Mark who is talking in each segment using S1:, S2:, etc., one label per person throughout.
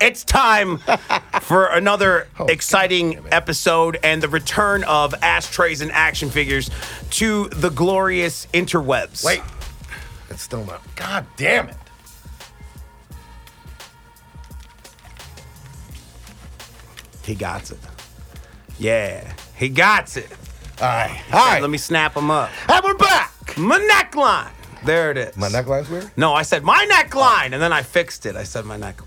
S1: It's time for another
S2: Oh,
S1: exciting episode and the return of ashtrays and action figures to the glorious interwebs.
S2: Wait, it's still not. God damn it!
S1: he got it. Yeah, he got it.
S2: All right, all right.
S1: Let me snap him up.
S2: And we're back.
S1: My neckline. There it is.
S2: My neckline's weird.
S1: No, I said my neckline, and then I fixed it. I said my neckline.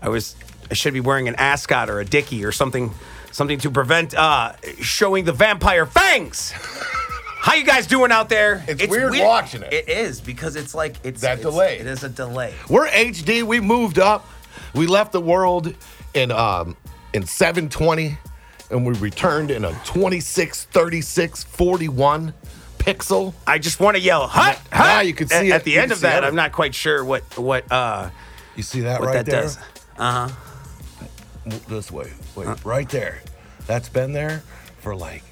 S1: I was I should be wearing an ascot or a dickie or something, something to prevent uh, showing the vampire fangs. How you guys doing out there?
S2: It's weird watching it.
S1: It is because it's like it's
S2: That
S1: it's-
S2: delay.
S1: It is a delay.
S2: We're HD. We moved up. We left the world in um in 720, and we returned in a 26, 36, 41 pixel.
S1: I just want to yell hut
S2: Now
S1: hut.
S2: you can
S1: at,
S2: see it.
S1: at the
S2: You
S1: end
S2: can
S1: of
S2: see
S1: that.
S2: everything.
S1: I'm not quite sure what what uh
S2: You see that
S1: what that
S2: right there?
S1: does.
S2: W- This way. Wait, right there. That's been there for like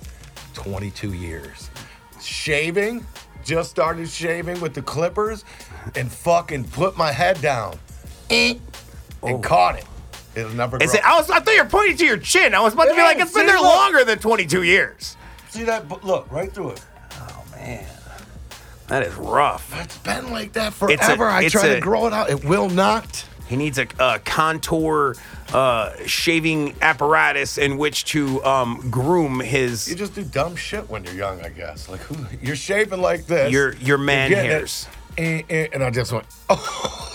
S2: 22 years. Shaving. Just started shaving with the clippers, and fucking put my head down, Eh, and caught it. It'll never.
S1: Is
S2: grow.
S1: it, I was I thought you were pointing to your chin. I was about to
S2: It
S1: be like
S2: is.
S1: it's been there
S2: See, look.
S1: longer than 22 years.
S2: See that? bu- Look right through it.
S1: Man, that is rough.
S2: It's been like that
S1: It's a-
S2: forever. I
S1: it's
S2: try
S1: a-
S2: to grow it out. It will not.
S1: He needs a, a contour uh, shaving apparatus in which to um, groom
S2: You
S1: his
S2: just do dumb shit when you're young, I guess. Like who, you're shaving like this.
S1: your your man
S2: getting it,
S1: hairs.
S2: eh, eh, and I just went. Oh,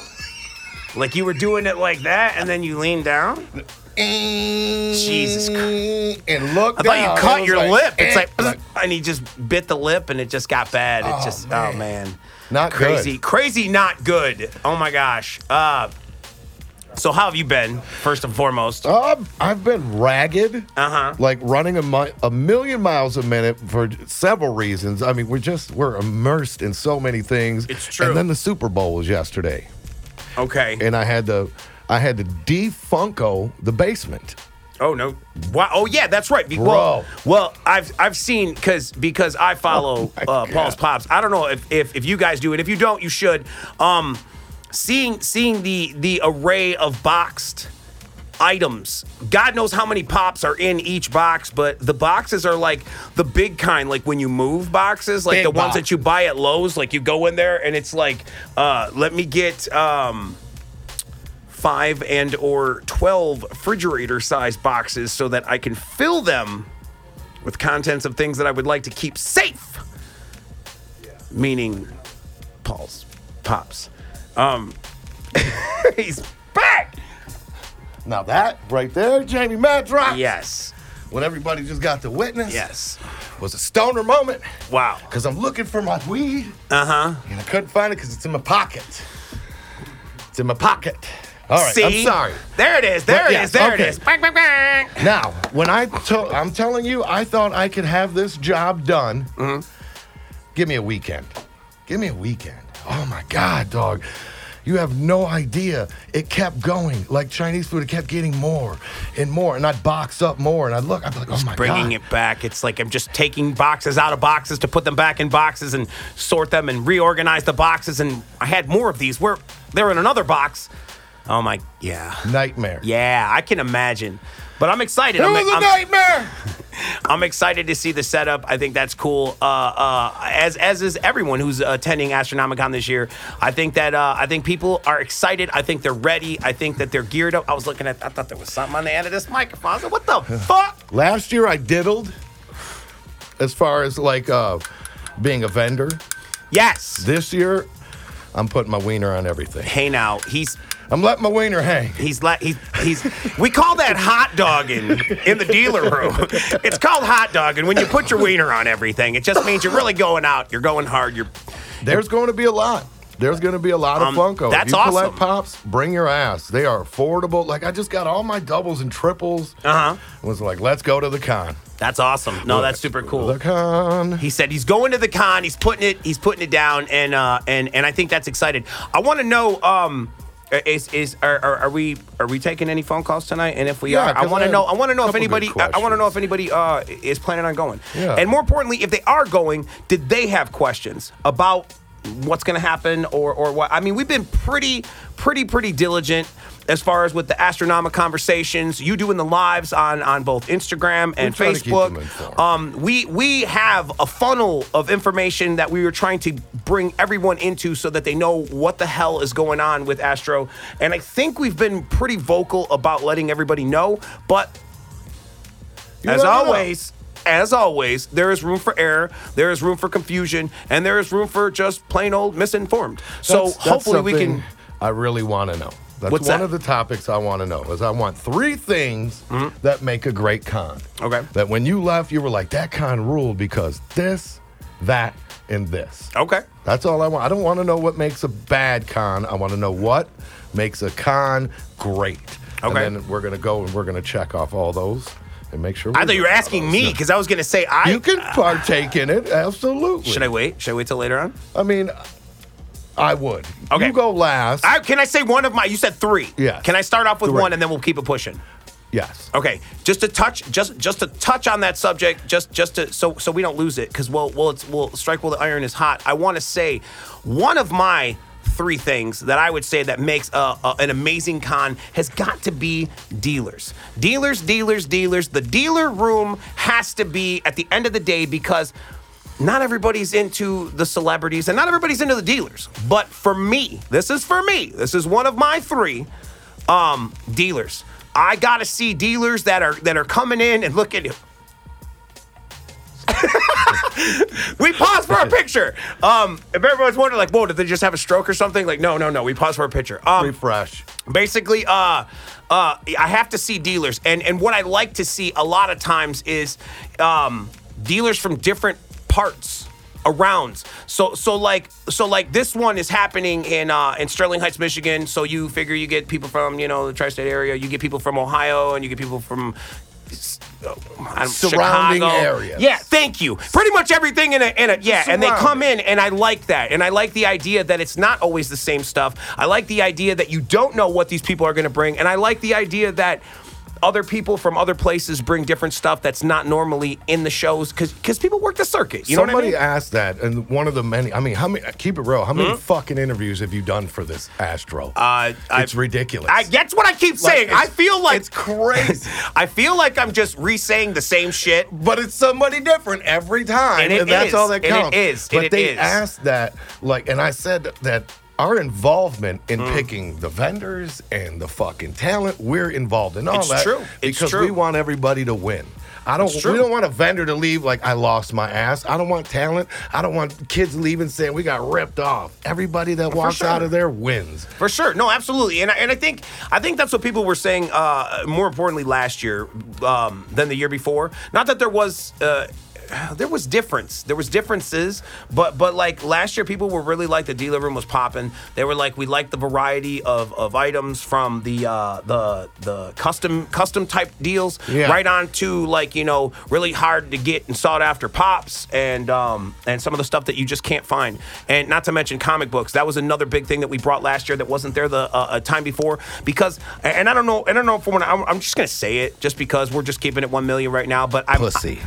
S1: Like you were doing it like that, and then you leaned down. Jesus
S2: Christ! And look.
S1: I thought you cut your lip. It's
S2: eh,
S1: like, and he just bit the lip, and it just got bad. It
S2: Oh,
S1: just, oh
S2: man.
S1: man,
S2: Not good.
S1: crazy, crazy, not good. Oh my gosh. Uh, so how have you been? First and foremost,
S2: Um, I've been ragged,
S1: Uh-huh.
S2: like running a, mi- a million miles a minute for several reasons. I mean, we're just we're immersed in so many things.
S1: It's true.
S2: And then the Super Bowl was yesterday.
S1: okay.
S2: and I had to I had to defunko the basement.
S1: Oh no! Wow! Oh yeah, that's right. Be-
S2: Bro.
S1: Well, well, I've I've seen because because I follow
S2: Oh my
S1: uh,
S2: God.
S1: Paul's Pops. I don't know if, if if you guys do it. If you don't, you should. Um, seeing seeing the the array of boxed items. God knows how many pops are in each box, but the boxes are like the big kind, like when you move boxes, like
S2: Big
S1: the ones that
S2: box.
S1: you buy at Lowe's. Like you go in there and it's like, uh, let me get. Um, five and or 12 refrigerator size boxes so that I can fill them with contents of things that I would like to keep safe. Meaning Paul's pops. Um he's back.
S2: Now that right there, Jamie Madrox.
S1: Yes.
S2: When everybody just got to witness.
S1: Yes.
S2: Was a stoner moment.
S1: Wow.
S2: Cause I'm looking for my weed. Uh-huh. And I couldn't find it because it's in my pocket. It's in my pocket. All right.
S1: See?
S2: I'm sorry.
S1: There it is. There it is.
S2: yeah,
S1: There
S2: okay.
S1: it is. Bang, bang, bang.
S2: Now, when I to- I'm telling you, I thought I could have this job done.
S1: Mm-hmm.
S2: Give me a weekend. Give me a weekend. Oh my God, dog. You have no idea. It kept going. Like Chinese food, it kept getting more and more. And I'd box up more and I'd look, I'd be like, oh my
S1: Bringing
S2: God.
S1: it back. It's like I'm just taking boxes out of boxes to put them back in boxes and sort them and reorganize the boxes. And I had more of these. Where they're in another box. Oh my, yeah,
S2: Nightmare.
S1: yeah. I can imagine. But I'm excited.
S2: It
S1: I'm,
S2: was a
S1: I'm-
S2: nightmare.
S1: I'm excited to see the setup. I think that's cool. Uh, uh, as as is everyone who's attending Astronomicon this year. I think that uh, I think people are excited. I think they're ready. I think that they're geared up. I was looking at. I thought there was something on the end of this microphone. I was like, what the fuck?
S2: Last year I diddled as far as like uh, being a vendor.
S1: Yes.
S2: This year, I'm putting my wiener on everything.
S1: Hey now, he's
S2: I'm letting my wiener hang.
S1: He's like he's he's. We call that hot dogging in the dealer room. It's called hot dogging when you put your wiener on everything. It just means you're really going out. You're going hard. You're
S2: There's going to be a lot. There's going to be a lot of
S1: Um,
S2: Funko.
S1: that's
S2: if you collect
S1: awesome.
S2: pops, bring your ass. They are affordable. Like I just got all my doubles and triples.
S1: uh huh.
S2: Was like, let's go to the con.
S1: That's awesome. No, that's super
S2: The
S1: cool.
S2: con.
S1: He said he's going to the con. He's putting it. He's putting it down. And uh and and I think that's excited. I want to know um. Is is are, are, are we are we taking any phone calls tonight? And if we
S2: Yeah,
S1: are, I
S2: 'cause
S1: want to
S2: I have
S1: know. I want to know
S2: a
S1: if
S2: couple good
S1: anybody. I, want to know
S2: questions.
S1: if anybody uh, is planning on going.
S2: Yeah.
S1: And more importantly, if they are going, did they have questions about what's going to happen or or what? I mean, we've been pretty pretty pretty diligent as far as with the astronomic conversations, you doing the lives on on both Instagram and
S2: try to keep them
S1: Facebook.
S2: informed.
S1: Um, we we have a funnel of information that we were trying to bring everyone into so that they know what the hell is going on with Astro. And I think we've been pretty vocal about letting everybody know, but
S2: You
S1: as
S2: never know.
S1: always, as always, there is room for error, there is room for confusion, and there is room for just plain old misinformed. so
S2: That's- that's
S1: hopefully we
S2: something
S1: can.
S2: I really want to know. That's
S1: What's
S2: one
S1: that?
S2: of the topics I want to know is I want three things that make a great con.
S1: Mm-hmm. Okay.
S2: That when you left, you were like, that con ruled because this, that, and this.
S1: Okay.
S2: That's all I want. I don't want to know what makes a bad con. I want to know what makes a con great.
S1: Okay.
S2: And then we're gonna go and we're gonna check off all those and make sure.
S1: I
S2: we
S1: thought you were
S2: got all
S1: asking
S2: those.
S1: me
S2: No.
S1: because I was going to say I. uh,
S2: You can partake in it, absolutely.
S1: Should I wait? Should I wait till later on?
S2: I mean, I would.
S1: Okay.
S2: You go last.
S1: I, can I say one of my? You said three.
S2: Yes.
S1: Can I start off with
S2: Three.
S1: one and then we'll keep it pushing?
S2: yes.
S1: Okay. Just to touch, just just to touch on that subject, just just to so so we don't lose it because we'll we'll it's, we'll strike while the iron is hot. I want to say one of my three things that I would say that makes a, a- an amazing con has got to be dealers, dealers, dealers, dealers. The dealer room has to be at the end of the day because not everybody's into the celebrities and not everybody's into the dealers. But for me, this is for me. This is one of my three um, dealers. I gotta see dealers that are that are coming in and looking. we pause for a picture. Um, if everyone's wondering, like, whoa, did they just have a stroke or something? Like, no, no, no. We pause for a picture. Um,
S2: Refresh.
S1: basically uh uh i have to see dealers and and what i like to see a lot of times is um dealers from different parts around so so like so like this one is happening in uh in sterling heights michigan so you figure you get people from you know the tri-state area you get people from ohio and you get people from uh, I don't-
S2: Surrounding
S1: Chicago.
S2: areas.
S1: yeah thank you pretty much everything in a, in a yeah and they come in and i like that and i like the idea that it's not always the same stuff i like the idea that you don't know what these people are going to bring and i like the idea that other people from other places bring different stuff that's not normally in the shows because people work the circuit you
S2: Somebody
S1: know what i mean Hmm?
S2: asked that, and one of the many. I mean, how many? Keep it real. How many fucking interviews have you done for this Astro?
S1: Uh, I-
S2: it's ridiculous.
S1: I, that's what I keep
S2: Like,
S1: saying. I
S2: it's-
S1: feel like
S2: it's crazy.
S1: I feel like I'm just re-saying the same shit.
S2: but it's somebody different every time,
S1: And it
S2: that's
S1: is,
S2: all
S1: and
S2: that
S1: it
S2: counts.
S1: is,
S2: But
S1: and it
S2: they
S1: is.
S2: asked that, like, and I said that our involvement in
S1: Mm.
S2: picking the vendors and the fucking talent, we're involved in all
S1: It's
S2: that
S1: true. It's
S2: because we
S1: true.
S2: want everybody to win. I don't.
S1: It's true.
S2: We don't want a vendor to leave like I lost my ass. I don't want talent. I don't want kids leaving saying we got ripped off. Everybody that walks
S1: sure.
S2: out of there wins.
S1: For sure, no, absolutely, and I, and I think I think that's what people were saying. Uh, more importantly, last year um, than the year before. Not that there was uh, there was difference, there was differences, but but like last year, people were really like the dealer room was popping. They were like, we like the variety of, of items from the uh, the the custom custom type deals
S2: Yeah.
S1: right on to like you know really hard to get and sought after pops and um, and some of the stuff that you just can't find. And not to mention comic books. That was another big thing that we brought last year that wasn't there the uh, uh, time before because and I don't know I don't know if we're I'm, I'm just gonna say it just because we're just keeping it one million right now. But I'm,
S2: Pussy.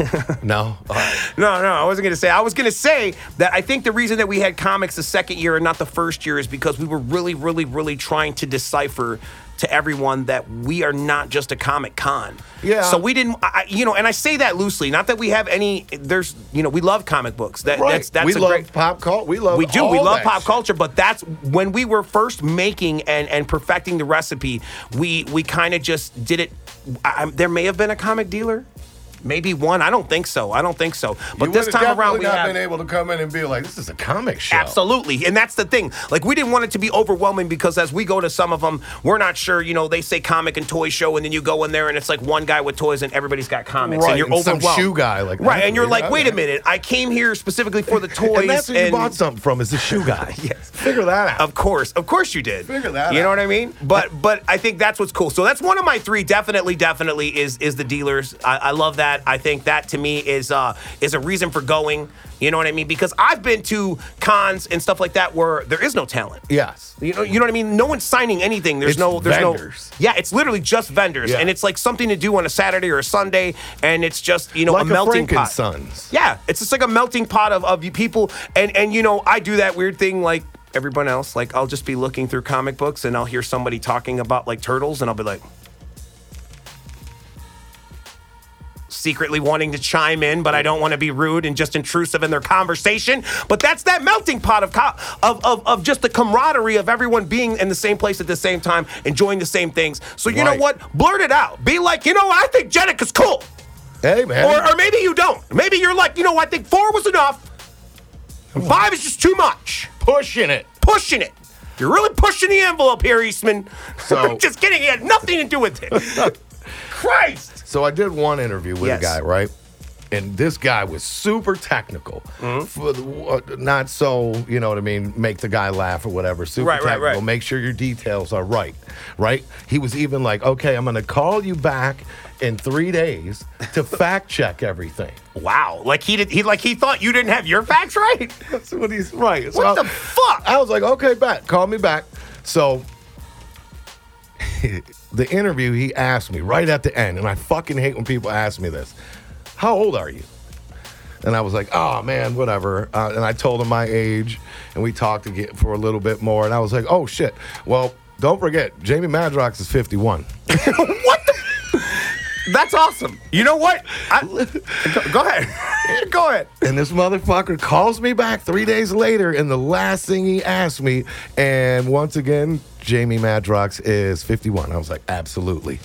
S2: no. All right.
S1: no, no, I wasn't gonna say. I was gonna say that I think the reason that we had comics the second year and not the first year is because we were really, really, really trying to decipher to everyone that we are not just a comic con.
S2: Yeah.
S1: So we didn't, I, I- you know, and I say that loosely. Not that we have any. There's, you know, we love comic books. That, That's that's
S2: we
S1: a
S2: love
S1: great,
S2: pop culture. We love.
S1: we do. We
S2: all
S1: love
S2: that
S1: pop
S2: shit.
S1: culture, but that's when we were first making and and perfecting the recipe. We we kind of just did it. I, I- there may have been a comic dealer. Maybe one. I don't think so. I don't think so. But
S2: You
S1: this
S2: would've
S1: time around,
S2: definitely
S1: we
S2: not
S1: have
S2: been able to come in and be like, "This is a comic show."
S1: Absolutely. And that's the thing. Like, we didn't want it to be overwhelming because as we go to some of them, we're not sure. You know, they say comic and toy show, and then you go in there and it's like one guy with toys and everybody's got comics.
S2: Right,
S1: And you're
S2: and some
S1: overwhelmed.
S2: shoe guy, like,
S1: right. And you're
S2: yeah,
S1: like, wait a
S2: yeah.
S1: minute. I came here specifically for the toys.
S2: And that's who you bought something from is the shoe guy.
S1: Yes.
S2: Figure that out.
S1: Of course, of course you did.
S2: Figure that
S1: You know
S2: out.
S1: what I mean? But but I think that's what's cool. So that's one of my three. Definitely, definitely is is the dealers. I, I love that. I think that to me is uh is a reason for going. You know what I mean? Because I've been to cons and stuff like that where there is no talent.
S2: yes.
S1: You know, you know what I mean. No one's signing anything. There's
S2: It's
S1: no, there's
S2: vendors.
S1: no. Yeah, it's literally just vendors,
S2: Yeah.
S1: and it's like something to do on a Saturday or a Sunday, and it's just you know
S2: Like
S1: a
S2: a
S1: melting pot.
S2: Frankenstein's.
S1: Yeah, it's just like a melting pot of of you people, and and you know I do that weird thing like everyone else. Like I'll just be looking through comic books and I'll hear somebody talking about like turtles and I'll be like secretly wanting to chime in, but I don't want to be rude and just intrusive in their conversation. But that's that melting pot of co- of, of of just the camaraderie of everyone being in the same place at the same time, enjoying the same things. So you know
S2: Right.
S1: what? Blurt it out. Be like, you know, what? I think Jenica's cool.
S2: Hey, man.
S1: Or, or maybe you don't. Maybe you're like, you know, I think four was enough. And five is just too much.
S2: pushing it.
S1: Pushing it. You're really pushing the envelope here, Eastman.
S2: So-
S1: just kidding. He had nothing to do with it. Christ.
S2: So I did one interview with
S1: Yes.
S2: a guy, right? And this guy was super technical,
S1: Mm-hmm.
S2: For the- uh, not so you know what I mean. Make the guy laugh or whatever. Super
S1: Right, right,
S2: technical.
S1: right.
S2: Make sure your details are right, right? He was even like, "Okay, I'm going to call you back in three days to fact check everything."
S1: Wow. Like he did. He like he thought you didn't have your facts right.
S2: That's what he's right. So
S1: What
S2: I-
S1: the fuck?
S2: I was like, okay, back. Call me back. So the interview, he asked me right at the end, and I fucking hate when people ask me this. How old are you? And I was like, oh man, whatever. Uh, and I told him my age, and we talked again for a little bit more. And I was like, oh shit. Well, don't forget, Jamie Madrox is 51.
S1: what? The? That's awesome. You know what? I, go, go ahead. go ahead.
S2: And this motherfucker calls me back three days later, and the last thing he asked me, and once again, Jamie Madrox is 51. I was like, absolutely.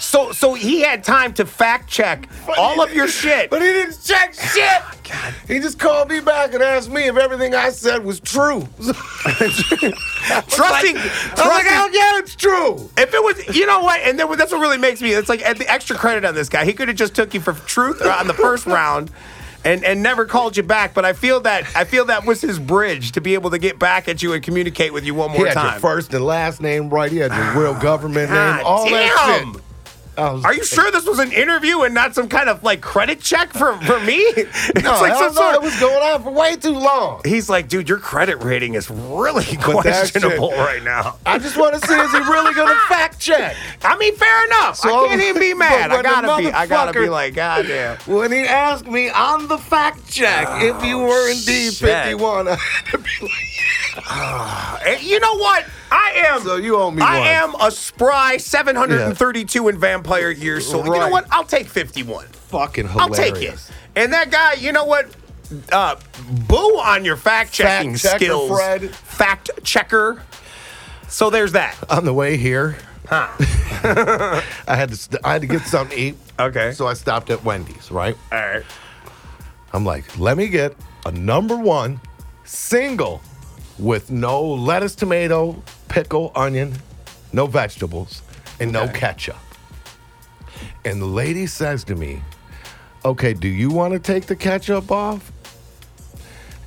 S1: So so he had time to fact check all of your shit. Oh,
S2: But he didn't check shit. He just called me back and asked me if everything I said was true.
S1: Trusting,
S2: I was like,
S1: trusting
S2: hell yeah, it's true.
S1: If it was, you know what, and then that's what really makes me. It's like at the extra credit on this guy. He could have just took you for truth on the first round, and and never called you back. But I feel that I feel that was his bridge to be able to get back at you and communicate with you one
S2: He
S1: more
S2: had your
S1: time. Oh,
S2: first and last name right. He had your real government
S1: God
S2: name. All that
S1: damn.
S2: shit. I was-
S1: Are you sure this was an interview and not some kind of like credit check for for me? It's
S2: No,
S1: like
S2: hell
S1: some
S2: no,
S1: sort
S2: it was going on for way too long.
S1: He's like, dude, your credit rating is really
S2: But that shit-
S1: questionable right now.
S2: I just want to see is he really going to fact check?
S1: I mean, fair enough. I
S2: So-
S1: can't even be mad. I
S2: But when the
S1: gotta be. I gotta be
S2: motherfucker-
S1: like, goddamn.
S2: When he asked me on the fact check if you were indeed
S1: shit.
S2: 51, I had to be like,
S1: And Eh, you know what? I am.
S2: So you owe me
S1: I
S2: one.
S1: am a spry 732 in vampire years. So you know
S2: Right.
S1: what? I'll take 51.
S2: fucking
S1: I'll
S2: hilarious.
S1: take it. And that guy, you know what? Uh, boo on your fact checking
S2: Fact checker,
S1: skills,
S2: Fred.
S1: fact checker. So there's that.
S2: on the way here, I had to st- I had to get something to eat.
S1: Okay.
S2: So I stopped at Wendy's, right?
S1: All right.
S2: I'm like, let me get a number one single with no lettuce, tomato, pickle, onion, no vegetables, and no ketchup. And the lady says to me, okay, do you want to take the ketchup off?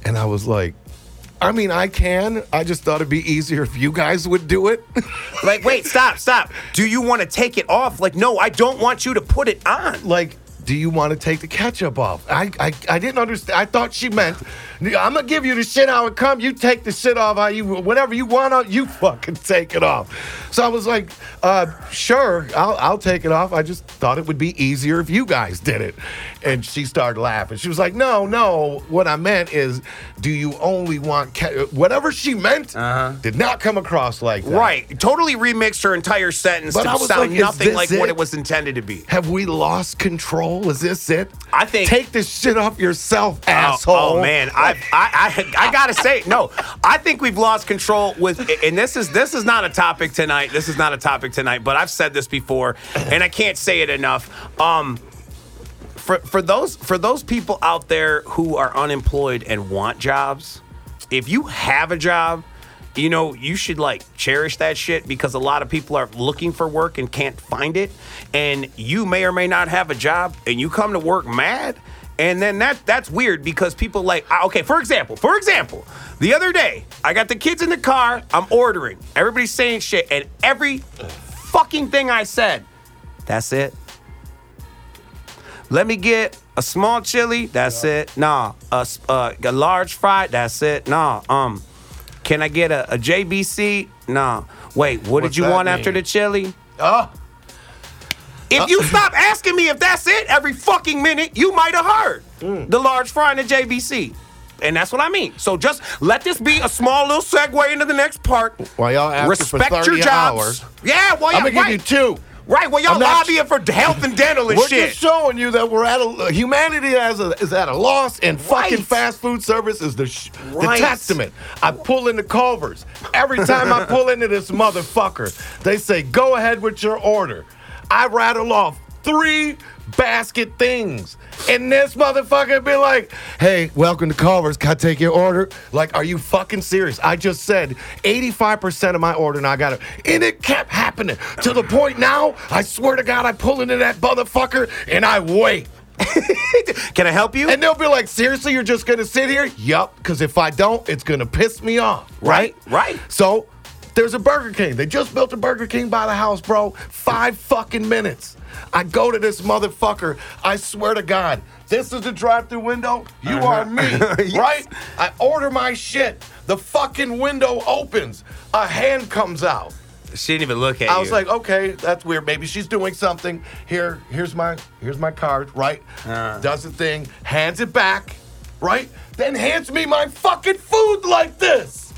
S2: And I was like, I mean, I can. I just thought it'd be easier if you guys would do it.
S1: Like, wait, stop, stop. Do you want to take it off? Like, no, I don't want you to put it on.
S2: like, do you want to take the ketchup off? I, I, I didn't understand. I thought she meant, I'm gonna give you the shit how it come. You take the shit off how you, whatever you want out, you fucking take it off. So I was like, uh, sure, I'll, I'll take it off. I just thought it would be easier if you guys did it. And she started laughing. She was like, no, no. What I meant is, do you only want ketchup? Whatever she meant did not come across like that.
S1: Right. Totally remixed her entire sentence
S2: But
S1: to
S2: I was
S1: sound
S2: like, is
S1: nothing
S2: this
S1: like what
S2: it?
S1: it was intended to be.
S2: Have we lost control? Is this it?
S1: I think-
S2: Take this shit off yourself,
S1: Oh-
S2: asshole.
S1: Oh, man, I, I I I gotta say no. I think we've lost control with, and this is this is not a topic tonight. This is not a topic tonight. But I've said this before, and I can't say it enough. Um, for for those for those people out there who are unemployed and want jobs, if you have a job. You know, you should like cherish that shit because a lot of people are looking for work and can't find it. And you may or may not have a job and you come to work mad. And then that that's weird because people like I- okay, for example, for example, the other day, I got the kids in the car, I'm ordering. Everybody's saying shit and every fucking thing I said, that's it. Let me get a small chili. That's it. Nah, a, s- uh, a large fry. That's it. Nah. Um, can I get a, a JBC? Nah. Wait, what
S2: What's
S1: did you
S2: that
S1: want after
S2: mean?
S1: the chili?
S2: Oh,
S1: If you stop
S2: Hmm.
S1: asking me if that's it every fucking minute, you might have heard the large fry and the JBC. And that's what I mean. So just let this be a small little segue into the next part.
S2: While y'all after for
S1: Respect
S2: 30
S1: your jobs.
S2: hours,
S1: yeah, well,
S2: I'm
S1: yeah,
S2: gonna
S1: right.
S2: give you two.
S1: Right, well, y'all
S2: I'm not-
S1: lobbying for health and dental and
S2: We're
S1: shit.
S2: just showing you that we're at a humanity as a, is at a loss, and fucking
S1: Right.
S2: fast food service is the sh-
S1: Right.
S2: the testament. I pull into Culver's every time I pull into this motherfucker. They say go ahead with your order. I rattle off three basket things, and this motherfucker be like, "Hey, welcome to Culver's. Can I take your order?" Like, are you fucking serious? I just said 85% of my order, and I got it, and it kept happening to the point now. I swear to God, I pull into that motherfucker, and I wait.
S1: Can I help you?
S2: And they'll be like, seriously, you're just gonna sit here? Yup, because if I don't, it's gonna piss me off. Right?
S1: Right, right.
S2: So there's a Burger King. They just built a Burger King by the house, bro. Five fucking minutes. I go to this motherfucker. I swear to God, this is the drive through window. You are me,
S1: Yes.
S2: right? I order my shit. The fucking window opens. A hand comes out.
S1: she didn't even look at
S2: I was like, okay, that's weird. Maybe she's doing something. Here, here's my here's my card, right?
S1: Uh.
S2: Does the thing, hands it back, right? Then hands me my fucking food like this.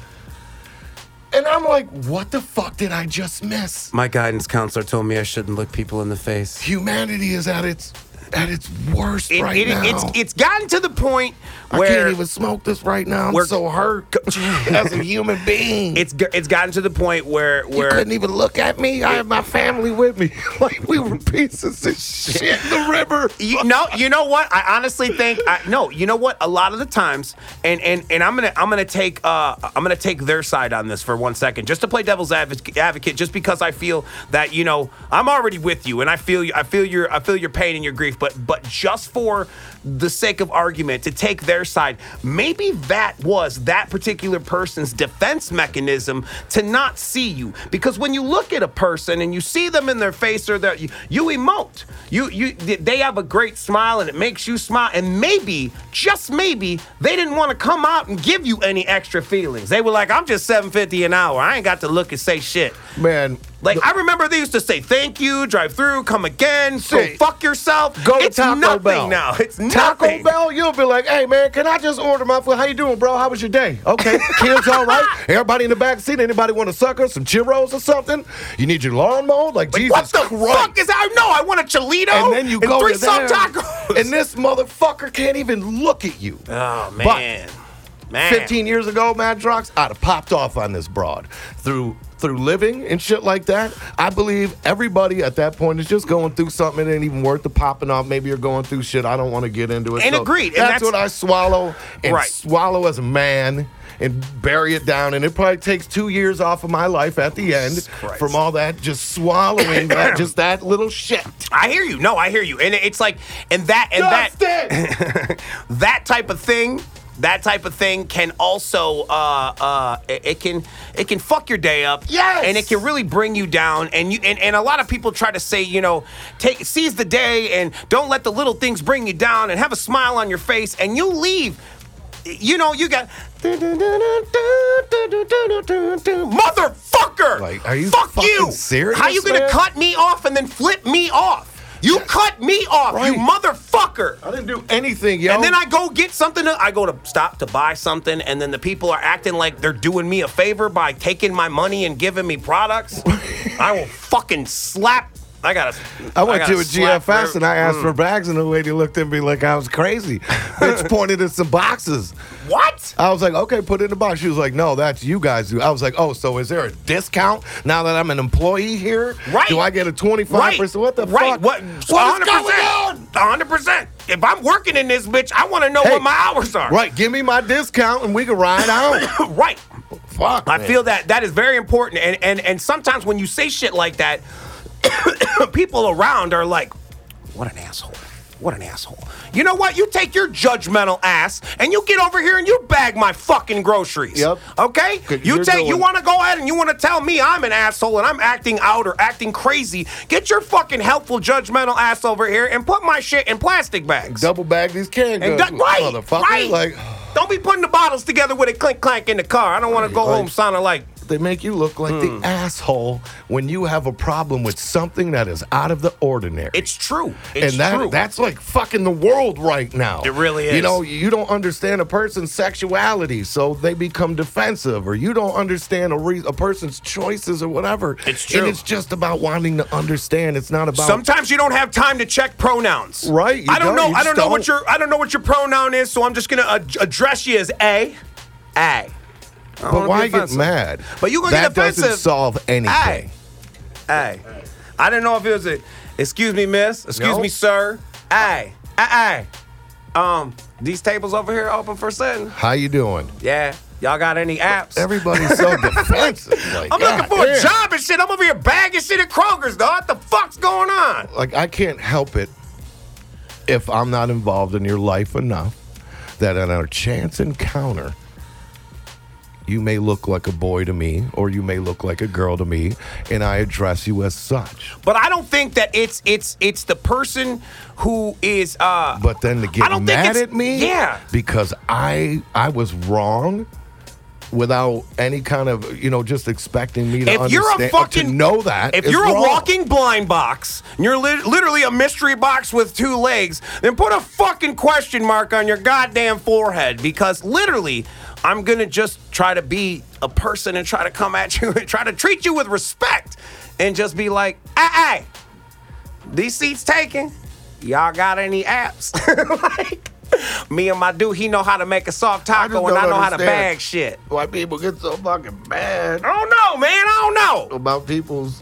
S2: And I'm like, what the fuck did I just miss?
S1: my guidance counselor told me I shouldn't look people in the face.
S2: Humanity is at its at its worst
S1: It,
S2: right
S1: it-
S2: now.
S1: It's it's gotten to the point
S2: I
S1: where
S2: can't even smoke this right now. I'm
S1: We're-
S2: so hurt as a human being.
S1: it's g- it's gotten to the point where
S2: you
S1: where
S2: couldn't even look at me. I had my family with me. like we were pieces of shit in the river.
S1: you know you know what I honestly think I, no you know what a lot of the times and and and I'm gonna I'm gonna take uh I'm gonna take their side on this for one second just to play devil's advocate, advocate just because I feel that you know I'm already with you and I feel you I feel your I feel your pain and your grief but but just for the sake of argument to take their side maybe that was that particular person's defense mechanism to not see you because when you look at a person and you see them in their face or their you, you emote you you they have a great smile and it makes you smile and maybe just maybe they didn't want to come out and give you any extra feelings they were like i'm just 750 an hour i ain't got to look and say shit
S2: Man,
S1: like I remember they used to say thank you, drive through, come again,
S2: Say,
S1: go fuck yourself.
S2: go to
S1: it's
S2: Taco
S1: nothing
S2: Bell.
S1: now. It's
S2: Taco
S1: nothing.
S2: Bell, you'll be like, hey man, can I just order my food? How you doing, bro? How was your day? Okay, kids all right? Everybody in the back seat, anybody want a sucker? Some churros or something? You need your lawn mowed? Like,
S1: what
S2: Jesus
S1: the
S2: Christ.
S1: fuck is that? No, I want a Cholito
S2: and then you go
S1: three
S2: to
S1: sub
S2: them,
S1: tacos.
S2: and this motherfucker can't even look at you.
S1: oh
S2: But
S1: man, man.
S2: 15 years ago, Madrox, I'd have popped off on this broad through through living and shit like that. I believe everybody at that point is just going through something that ain't even worth the popping off. Maybe you're going through shit. I don't want to get into it.
S1: And agreed, and that's-
S2: that's, what I swallow and
S1: Right.
S2: swallow as a man and bury it down. And it probably takes two years off of my life at the end
S1: Christ.
S2: from all that just swallowing that just that little shit.
S1: I hear you. No, I hear you. And it- it's like, and that, and that.
S2: Dustin!
S1: that type of thing that type of thing can also uh uh it, it can it can fuck your day up
S2: Yes!
S1: and it can really bring you down and you and, and a lot of people try to say you know take seize the day and don't let the little things bring you down and have a smile on your face and you leave you know you got motherfucker
S2: Like, are you
S1: fuck you
S2: fucking serious,
S1: how you gonna
S2: man?
S1: cut me off and then flip me off you cut me off
S2: Right.
S1: you motherfucker
S2: I didn't do anything, yo.
S1: and then I go get something. To, I go to stop to buy something, and then the people are acting like they're doing me a favor by taking my money and giving me products. I will fucking slap. I gotta.
S2: I went
S1: gotta
S2: to a
S1: slap
S2: GFS
S1: her. Mm.
S2: and I asked for bags, and the lady looked at me like I was crazy. Bitch pointed at some boxes.
S1: what?
S2: I was like, okay, put it in the box. She was like, no, that's you guys do. I was like, oh, so is there a discount now that I'm an employee here?
S1: Right.
S2: Do I get a 25%? What the
S1: right.
S2: fuck?
S1: What?
S2: what is going on?
S1: 100. percent If I'm working in this bitch, I want to know
S2: Hey.
S1: what my hours are.
S2: Right, give me my discount and we can ride out.
S1: right.
S2: fuck.
S1: I
S2: man.
S1: feel that that is very important, and and and sometimes when you say shit like that, people around are like, "What an asshole! What an asshole!" You know what? You take your judgmental ass and you get over here and you bag my fucking groceries.
S2: Yep.
S1: Okay.
S2: 'Cause
S1: You
S2: you're
S1: take you
S2: doing-
S1: want to go ahead and you want to tell me I'm an asshole and I'm acting out or acting crazy. Get your fucking helpful judgmental ass over here and put my shit in plastic bags.
S2: Double bag these canned
S1: And
S2: goods,
S1: that, right,
S2: motherfucker.
S1: right.
S2: Like,
S1: don't be putting the bottles together with a clink clank in the car. I don't want to go
S2: Right,
S1: home
S2: like-
S1: sounding like
S2: They make you look like
S1: Hmm.
S2: the asshole when you have a problem with something that is out of the ordinary.
S1: It's true. It's
S2: and that
S1: true.
S2: that's like fucking the world right now.
S1: It really
S2: You
S1: is.
S2: know, you don't understand a person's sexuality, so they become defensive, or you don't understand a, re- a person's choices or whatever.
S1: It's
S2: And
S1: true.
S2: it's just about wanting to understand. It's not about
S1: Sometimes you don't have time to check pronouns.
S2: Right, you
S1: I don't
S2: don't,
S1: know.
S2: you
S1: I don't
S2: just
S1: know what
S2: don't.
S1: your I don't know what your pronoun is, so I'm just gonna ad- address you as a, a.
S2: But why get mad?
S1: But you gonna
S2: that
S1: get offensive.
S2: doesn't solve anything.
S1: Hey, hey. I didn't know if it was a. Excuse me, miss. Excuse
S2: No.
S1: me, sir. Hey, hey, hey. Um, these tables over here open for setting.
S2: How you doing?
S1: Yeah. Y'all got any apps?
S2: Everybody's so defensive. Like,
S1: I'm
S2: God
S1: looking for
S2: damn.
S1: a job and shit. I'm over here bagging shit at Kroger's, dog. What the fuck's going on?
S2: like I can't help it if I'm not involved in your life enough that on a chance encounter you may look like a boy to me or you may look like a girl to me and I address you as such.
S1: But I don't think that it's it's it's the person who is uh
S2: But then to
S1: I
S2: get
S1: don't think
S2: mad
S1: it's-
S2: at me
S1: yeah.
S2: because I I was wrong without any kind of you know just expecting me to
S1: if you're a
S2: understand or
S1: fucking
S2: to know that
S1: if
S2: is
S1: you're
S2: wrong.
S1: a walking blind box and you're lit literally a mystery box with two legs then put a fucking question mark on your goddamn forehead because literally i'm gonna just try to be a person and try to come at you and try to treat you with respect and just be like hey hey these seats taken y'all got any apps like me and my dude he know how to make a soft
S2: I just
S1: taco and i
S2: don't
S1: know how to
S2: understand
S1: bag shit
S2: Why people get so fucking mad
S1: i don't know man i don't know
S2: about people's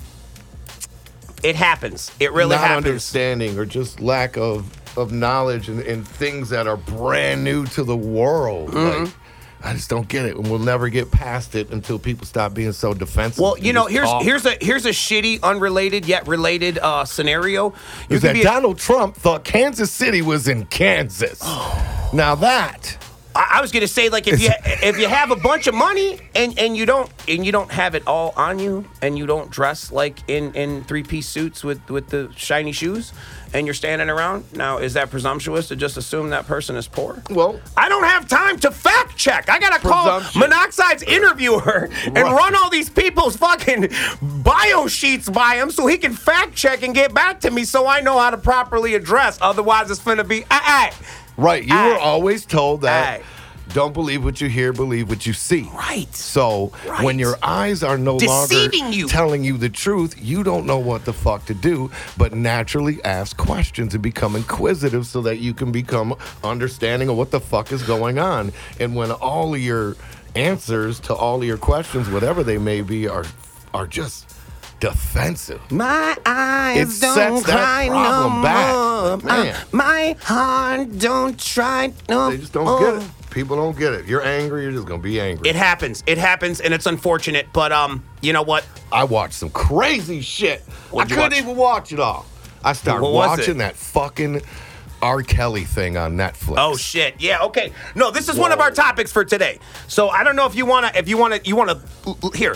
S1: it happens it really
S2: not
S1: happens
S2: understanding or just lack of of knowledge and, and things that are brand new to the world. Like,
S1: Mm-hmm.
S2: I just don't get it, and we'll never get past it until people stop being so defensive.
S1: Well,
S2: and
S1: you know,
S2: just
S1: here's
S2: talk.
S1: here's a here's a shitty, unrelated yet related uh, scenario. You could
S2: is that
S1: be. a-
S2: Donald Trump thought Kansas City was in Kansas.
S1: Oh.
S2: now that
S1: I I was gonna say like if you if you have a bunch of money and and you don't and you don't have it all on you and you don't dress like in in three piece suits with with the shiny shoes and you're standing around now is that presumptuous to just assume that person is poor?
S2: Well-
S1: I don't have time to fact check. I gotta call
S2: Presumption.
S1: Monoxide's interviewer and
S2: Right.
S1: run all these people's fucking bio sheets by him so he can fact check and get back to me so I know how to properly address. Otherwise, it's gonna be ah
S2: right, you
S1: Aye.
S2: were always told that.
S1: Aye.
S2: Don't believe what you hear, believe what you see.
S1: right.
S2: So
S1: Right.
S2: when your eyes are no
S1: Deceiving
S2: longer
S1: you.
S2: telling you the truth, you don't know what the fuck to do, but naturally ask questions and become inquisitive so that you can become understanding of what the fuck is going on. And when all of your answers to all of your questions, whatever they may be, are are just defensive.
S1: My eyes
S2: It
S1: don't
S2: sets that
S1: cry
S2: problem
S1: no
S2: back.
S1: more.
S2: Man.
S1: Uh, my heart don't try no
S2: They just don't get it. People don't get it. You're angry, you're just gonna be angry.
S1: It happens. It happens, and it's unfortunate. But um, you know what?
S2: I watched some crazy shit.
S1: What'd
S2: I
S1: you
S2: couldn't
S1: watch?
S2: even watch it all. I started
S1: What was
S2: watching
S1: it?
S2: that fucking R. Kelly thing on Netflix.
S1: Oh shit. Yeah. Okay. No, this is one of
S2: Whoa.
S1: our topics for today. So I don't know if you wanna, if you wanna, you wanna here,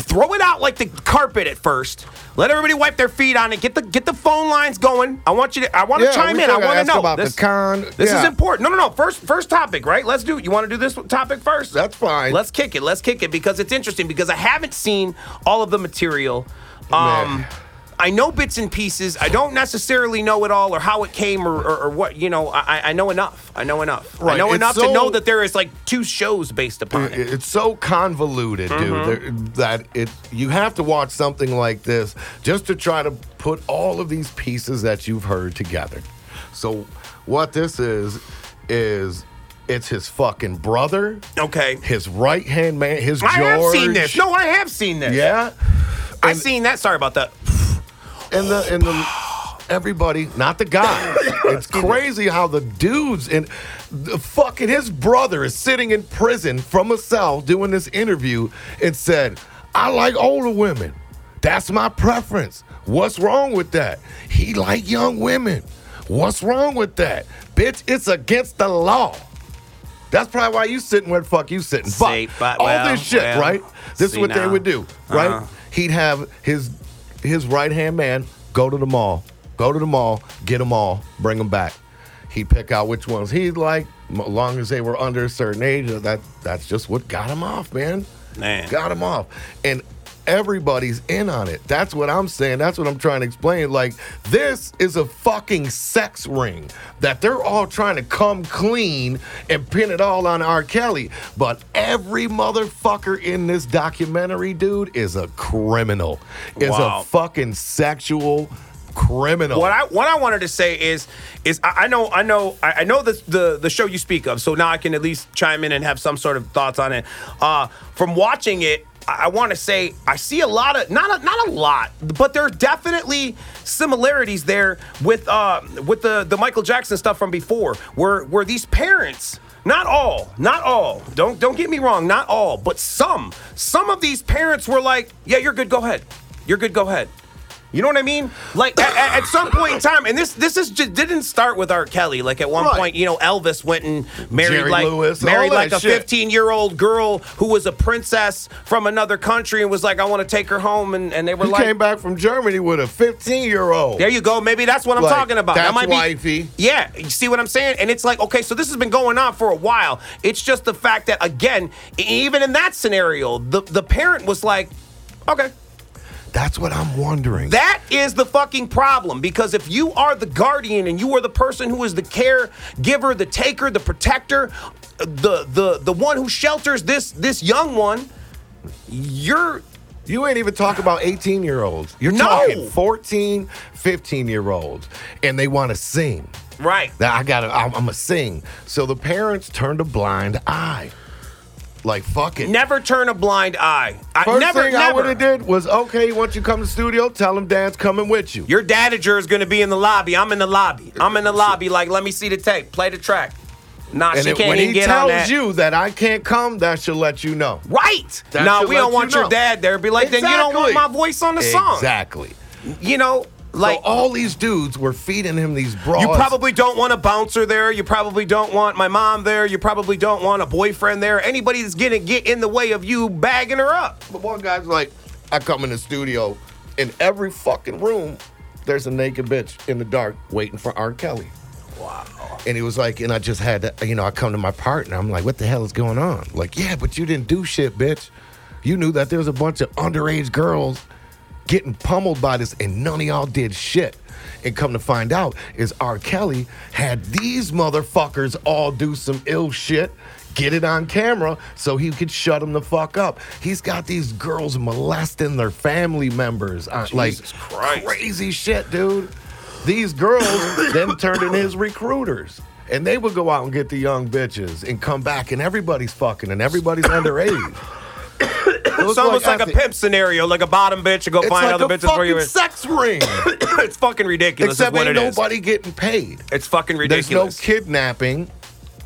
S1: throw it out like the carpet at first. Let everybody wipe their feet on it. Get the get the phone lines going. I want you to. I want to
S2: Yeah,
S1: chime
S2: we
S1: in. I
S2: gotta
S1: want to
S2: ask
S1: know
S2: about the con.
S1: This is
S2: Yeah.
S1: important. No, no, no. First, first topic, right? Let's do. You want to do this topic first?
S2: That's fine.
S1: Let's kick it. Let's kick it because it's interesting because I haven't seen all of the material. Um,
S2: Man.
S1: I know bits and pieces. I don't necessarily know it all or how it came or, or, or what, you know, I, I know enough. I know enough. I
S2: Right,
S1: know
S2: it's
S1: enough to
S2: so-
S1: know that there is like two shows based upon it.
S2: It- It's so convoluted,
S1: Mm-hmm.
S2: dude, there- that it you have to watch something like this just to try to put all of these pieces that you've heard together. So what this is is it's his fucking brother,
S1: Okay.
S2: his right hand man, his
S1: I have
S2: George.
S1: seen this. No, I have seen this.
S2: Yeah.
S1: I seen that. Sorry about that.
S2: and the and the everybody, not the guy. it's crazy how the dudes and the fucking his brother is sitting in prison from a cell doing this interview and said, "I like older women. That's my preference. What's wrong with that? He like young women. What's wrong with that? Bitch, it's against the law." That's probably why you sitting where the fuck you sitting. But,
S1: See, but-
S2: all
S1: well,
S2: this shit,
S1: well,
S2: right? This
S1: see
S2: is what they
S1: now.
S2: would do, right?
S1: Uh-huh.
S2: he'd have his his right hand man go to the mall, go to the mall, get them all, bring them back. He'd pick out which ones he'd like, m- long as they were under a certain age. That that's just what got him off, man.
S1: Man.
S2: Got him off. And everybody's in on it. That's what I'm saying. That's what I'm trying to explain. Like, this is a fucking sex ring that they're all trying to come clean and pin it all on R. Kelly. But every motherfucker in this documentary, dude, is a criminal. Is
S1: Wow.
S2: a fucking sexual criminal.
S1: What I what I wanted to say is is I, I know I know I, I know the, the the show you speak of, so now I can at least chime in and have some sort of thoughts on it. Uh, from watching it, I, I want to say I see a lot of not a, not a lot, but there are definitely similarities there with uh, with the the Michael Jackson stuff from before, where where these parents. Not all, not all. Don't don't get me wrong, not all, but some. Some of these parents were like, "Yeah, you're good. Go ahead. You're good. Go ahead." You know what I mean? Like at, at- at some point in time, and this this is just didn't start with R. Kelly. Like at one
S2: Right.
S1: point, you know, Elvis went and married
S2: Jerry
S1: like
S2: Lewis,
S1: married
S2: all
S1: like
S2: that
S1: a
S2: shit.
S1: fifteen year old girl who was a princess from another country and was like, I want to take her home, and, and they were
S2: he
S1: like,
S2: came back from Germany with a 15 year old.
S1: there you go. Maybe that's what I'm
S2: Like,
S1: talking about.
S2: that's
S1: that might
S2: wifey.
S1: be. Yeah, you see what I'm saying? And it's like, okay, so this has been going on for a while. It's just the fact that again, e- even in that scenario, the the parent was like, okay,
S2: That's what I'm wondering.
S1: That is the fucking problem because if you are the guardian and you are the person who is the caregiver, the taker, the protector, the the the one who shelters this this young one, you're
S2: You ain't even talking about 18 year olds. You're
S1: No.
S2: talking 14, 15 year olds, and they want to sing.
S1: right.
S2: That I gotta, I'm, I'm gonna sing. So the parents turned a blind eye. Like, fuck it.
S1: Never turn a blind eye. I
S2: First
S1: never
S2: thing I
S1: never.
S2: would have did was, okay, once you come to the studio, tell them Dan's coming with you.
S1: Your dadager is going to be in the lobby. I'm in the lobby. I'm in the lobby like let me see the tape. Play the track. Nah,
S2: and
S1: she
S2: it-
S1: can't
S2: when
S1: even
S2: he
S1: get
S2: tells
S1: on that.
S2: you that I can't come, that should let you know.
S1: Right.
S2: That
S1: nah,
S2: should
S1: we
S2: let
S1: don't
S2: you
S1: want your
S2: know.
S1: dad there. Be like, then you don't want my
S2: Exactly.
S1: voice on the song.
S2: Exactly.
S1: You know, like
S2: so all these dudes were feeding him these broads.
S1: You probably don't want a bouncer there. You probably don't want my mom there. You probably don't want a boyfriend there. Anybody that's gonna get in the way of you bagging her up.
S2: But one guy's like, I come in the studio, in every fucking room, there's a naked bitch in the dark waiting for R. Kelly. Wow. And he was like, and I just had to, you know, I come to my partner. I'm like, what the hell is going on? Like, yeah, but you didn't do shit, bitch. You knew that there was a bunch of underage girls getting pummeled by this, and none of y'all did shit. And come to find out is R. Kelly had these motherfuckers all do some ill shit, get it on camera so he could shut them the fuck up. He's got these girls molesting their family members. uh, like
S1: Jesus Christ.
S2: crazy shit, dude. These girls then turned in his recruiters. And they would go out and get the young bitches and come back and everybody's fucking and everybody's underage. It was
S1: It's almost like,
S2: after-
S1: a pimp scenario, like a bottom bitch and go
S2: it's
S1: find
S2: like
S1: other
S2: a
S1: bitches for you.
S2: fucking sex ring.
S1: it's fucking ridiculous.
S2: Except
S1: is what
S2: ain't
S1: it is.
S2: nobody getting paid.
S1: It's fucking
S2: There's no
S1: ridiculous.
S2: kidnapping.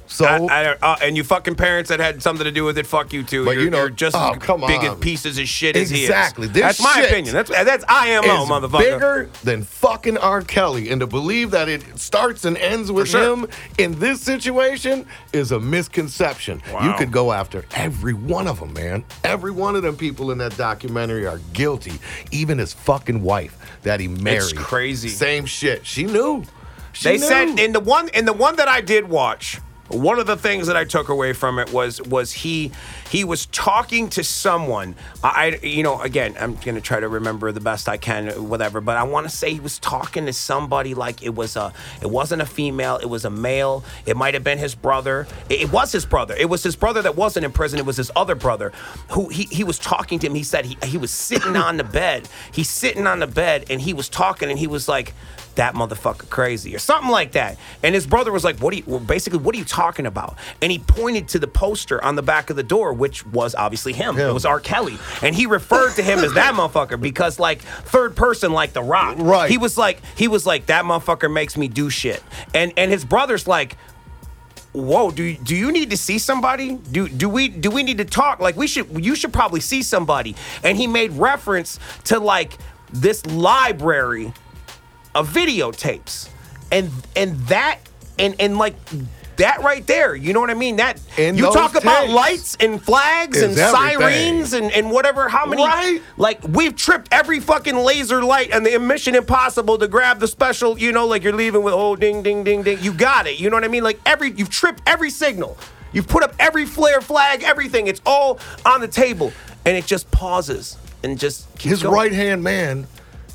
S2: So
S1: I, I, uh, and you fucking parents that had something to do with it, fuck you too.
S2: But
S1: you're,
S2: you know-
S1: you're just
S2: oh,
S1: as
S2: come
S1: big as
S2: on.
S1: pieces of shit as he is.
S2: Exactly. This
S1: that's my
S2: shit
S1: opinion. That's that's IMO,
S2: is
S1: motherfucker.
S2: bigger than fucking R. Kelly, and to believe that it starts and ends with
S1: sure.
S2: him in this situation is a misconception. You
S1: Wow.
S2: could go after every one of them, man. Every one of them people in that documentary are guilty, even his fucking wife that he married.
S1: crazy.
S2: Same shit. She knew. She
S1: They
S2: knew.
S1: said in the one in the one that I did watch, one of the things that I took away from it was was he he was talking to someone. I I- you know again I'm gonna try to remember the best I can whatever, but I want to say he was talking to somebody like it was a it wasn't a female it was a male it might have been his brother it, it was his brother it was his brother that wasn't in prison it was his other brother who he, he was talking to him he said he, he was sitting on the bed he's sitting on the bed and he was talking and he was like that motherfucker crazy or something like that. And his brother was like, "What are you? Well, basically, what are you talking about?" And he pointed to the poster on the back of the door, which was obviously him. It
S2: Him.
S1: was R. Kelly, and he referred to him as that motherfucker because, like, third person, like The Rock.
S2: Right.
S1: He was like, he was like, that motherfucker makes me do shit. And and his brother's like, whoa do you, do you need to see somebody do do we do we need to talk like we should you should probably see somebody and he made reference to like this library of videotapes and and that and and like that right there you know what i mean that
S2: In
S1: you
S2: those
S1: talk about
S2: tapes
S1: lights and flags and
S2: is everything.
S1: sirens and and whatever how many
S2: Right?
S1: like we've tripped every fucking laser light and the Mission Impossible to grab the special, you know, like you're leaving with oh ding ding ding ding. You got it. You know what I mean? Like every you've tripped every signal. You've put up every flare flag, everything. It's all on the table, and it just pauses and just keeps
S2: His
S1: going.
S2: right hand man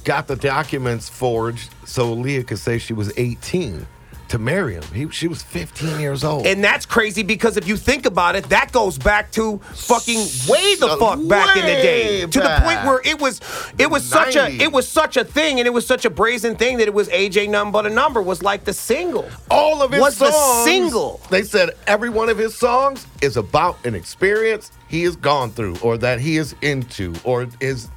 S2: got the documents forged so Leah could say she was 18 to marry him. He, she was 15 years old.
S1: And that's crazy because if you think about it, that goes back to fucking way the
S2: So
S1: fuck back in the day.
S2: way
S1: To the point
S2: back.
S1: where it was it was such a
S2: 90.
S1: it was such a thing and it was such a brazen thing that it was AJ None But a Number was like the single.
S2: all of his
S1: was the
S2: songs
S1: single.
S2: They said every one of his songs is about an experience he has gone through, or that he is into, or is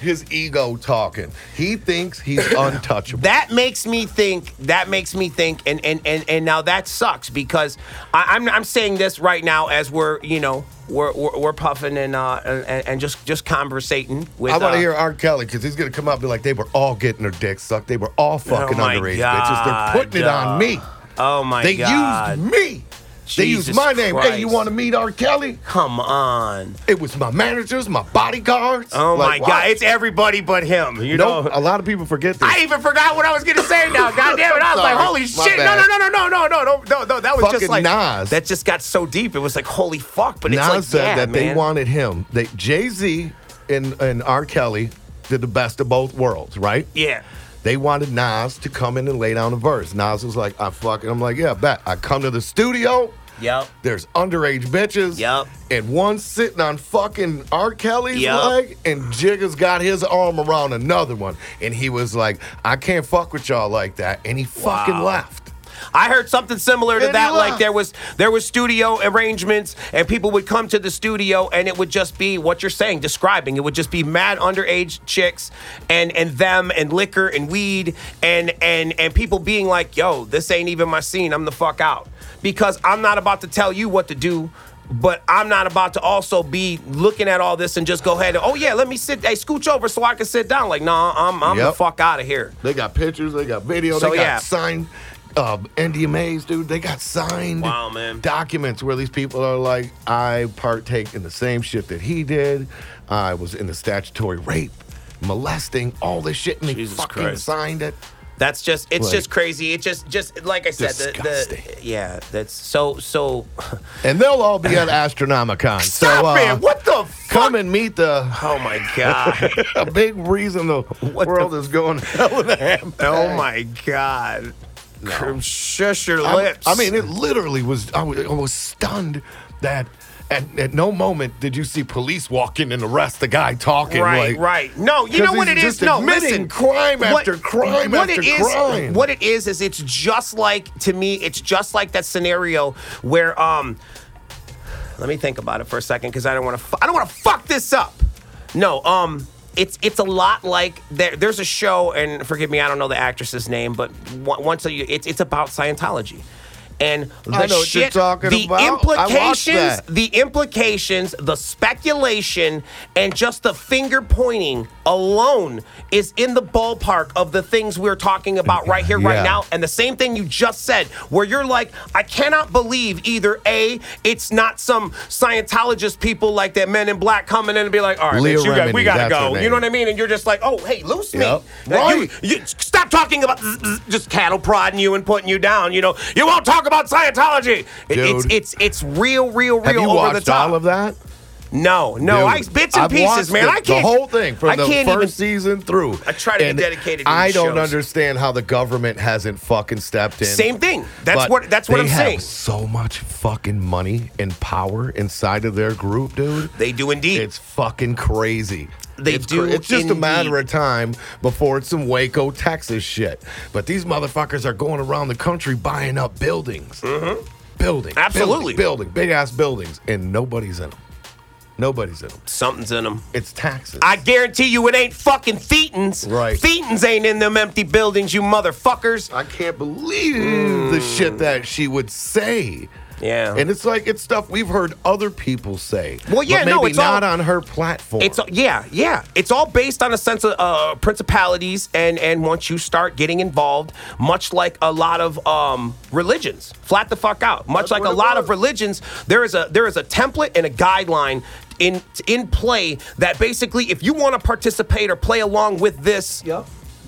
S2: his ego talking. He thinks he's untouchable.
S1: That makes me think. That makes me think. And and and, and now that sucks because I, I'm I'm saying this right now as we're you know we're we're, we're puffing and uh and, and just just conversating with.
S2: I want
S1: uh,
S2: to hear R. Kelly because he's gonna come out and be like, they were all getting their dicks sucked. They were all fucking
S1: Oh my
S2: underage bitches.
S1: God,
S2: They're putting it on
S1: uh,
S2: me.
S1: Oh my
S2: they
S1: god!
S2: used me. they used
S1: Jesus
S2: my name. Hey, you
S1: Christ.
S2: want to meet R. Kelly?
S1: Come on.
S2: It was my managers, my bodyguards.
S1: Oh
S2: Like,
S1: my
S2: wow.
S1: god! It's everybody but him. You
S2: Nope,
S1: know.
S2: a lot of people forget this.
S1: I even forgot what I was gonna say now. God damn it! I was like,
S2: Sorry,
S1: "Holy
S2: my
S1: shit!" No,
S2: bad.
S1: no, no, no, no, no, no, no, no, no. That was
S2: Fucking
S1: just like
S2: Nas.
S1: that. Just got so deep. It was like, "Holy fuck!" But it's
S2: Nas
S1: like,
S2: said
S1: yeah,
S2: that they
S1: man.
S2: wanted him. They Jay Z and and R. Kelly did the best of both worlds, right?
S1: Yeah.
S2: They wanted Nas to come in and lay down a verse. Nas was like, "I fucking," I'm like, "Yeah, bet." I come to the studio.
S1: Yep.
S2: There's underage bitches.
S1: Yep.
S2: And one sitting on fucking R. Kelly's
S1: Yep.
S2: leg, and Jigga's got his arm around another one, and he was like, "I can't fuck with y'all like that," and he fucking
S1: Wow.
S2: left.
S1: I heard something similar to
S2: And he
S1: that. Like
S2: left.
S1: there was there was studio arrangements, and people would come to the studio, and it would just be what you're saying, describing. It would just be mad underage chicks, and and them, and liquor, and weed, and and and people being like, "Yo, this ain't even my scene. I'm the fuck out," because I'm not about to tell you what to do. But I'm not about to also be looking at all this and just go ahead and oh yeah, let me sit. Hey, scooch over so I can sit down. Like, nah, I'm I'm the
S2: Yep.
S1: fuck out of here.
S2: They got pictures. They got video.
S1: So,
S2: they got
S1: yeah.
S2: signed uh, NDMAs, dude. They got signed
S1: Wow, man.
S2: documents where these people are like, I partake in the same shit that he did. I was in the statutory rape, molesting, all this shit, and they
S1: Jesus
S2: fucking
S1: Christ.
S2: signed it.
S1: That's just it's
S2: Like-
S1: just crazy. It just just like I said the,
S2: Disgusting.
S1: the yeah, that's so so
S2: And they'll all be at Astronomicon.
S1: Stop
S2: so, uh,
S1: it. What the fuck?
S2: Come and meet the.
S1: Oh my god.
S2: A big reason the
S1: What the-
S2: world is going to hell in a handbasket.
S1: oh my god. Crim- Shush your
S2: I-
S1: lips.
S2: I, mean, it literally was. I was, I was stunned that at, at no moment did you see police walk in and arrest the guy talking.
S1: right,
S2: like,
S1: right. No, you know
S2: 'cause
S1: what
S2: he's
S1: it is.
S2: just
S1: No,
S2: admitting
S1: listen.
S2: crime after crime after
S1: it is-
S2: crime.
S1: What it is is it's just like to me. It's just like that scenario where um. Let me think about it for a second because I don't want to. Fu- I don't want to fuck this up. No, um. It's, it's a lot like there, there's a show and forgive me I don't know the actress's name but wa- once you it's it's about Scientology and the
S2: I know what you're
S1: shit
S2: talking
S1: the
S2: about. I watched
S1: implications
S2: that.
S1: the implications, the speculation, and just the finger pointing alone is in the ballpark of the things we're talking about right here, right
S2: Yeah.
S1: now. And the same thing you just said, where you're like, I cannot believe either A, it's not some Scientologist people like that men in black coming in and be like, all right,
S2: Leah
S1: bitch, you got, we
S2: Remini,
S1: gotta
S2: that's
S1: go.
S2: her
S1: You know
S2: name.
S1: what I mean? And you're just like, oh, hey, loose
S2: Yep.
S1: me. Like, you-
S2: Right.
S1: you, stop talking about zzz, zzz, just cattle prodding you and putting you down. You know, you won't talk about Scientology. It- it's,
S2: Dude.
S1: it's, it's real, real, real
S2: Have you
S1: over
S2: watched
S1: the top.
S2: all of that?
S1: No, no,
S2: Dude,
S1: I bits and
S2: I've
S1: pieces,
S2: watched
S1: man.
S2: The,
S1: I can't
S2: the whole thing from
S1: I
S2: the
S1: can't
S2: first
S1: even.
S2: season through.
S1: I try to be
S2: And
S1: dedicated to
S2: I
S1: these
S2: don't
S1: shows.
S2: understand how the government hasn't fucking stepped in.
S1: Same thing. That's
S2: But
S1: what- that's what
S2: they
S1: I'm
S2: have
S1: saying.
S2: So much fucking money and power inside of their group, dude.
S1: They do indeed.
S2: It's fucking crazy.
S1: They
S2: It's
S1: do
S2: It's just a matter
S1: indeed.
S2: of time before it's some Waco, Texas shit. But these motherfuckers are going around the country buying up buildings. Mm-hmm. Building.
S1: Absolutely.
S2: Building, building big ass buildings, and nobody's in them. Nobody's in them.
S1: Something's in them.
S2: It's taxes.
S1: I guarantee you, it ain't fucking thetans.
S2: Right.
S1: Thetans ain't in them empty buildings, you motherfuckers.
S2: I can't believe the shit that she would say.
S1: Yeah.
S2: Mm. And it's like it's stuff we've heard other people say.
S1: Well, yeah,
S2: but maybe
S1: no, it's all-
S2: not on her platform.
S1: It's yeah, yeah. It's all based on a sense of uh, principalities, and and once you start getting involved, much like a lot of um, religions, flat the fuck out. Much like a
S2: what it
S1: lot of
S2: was.
S1: religions, there is a there is a template and a guideline. In, in play that basically if you want to participate or play along with this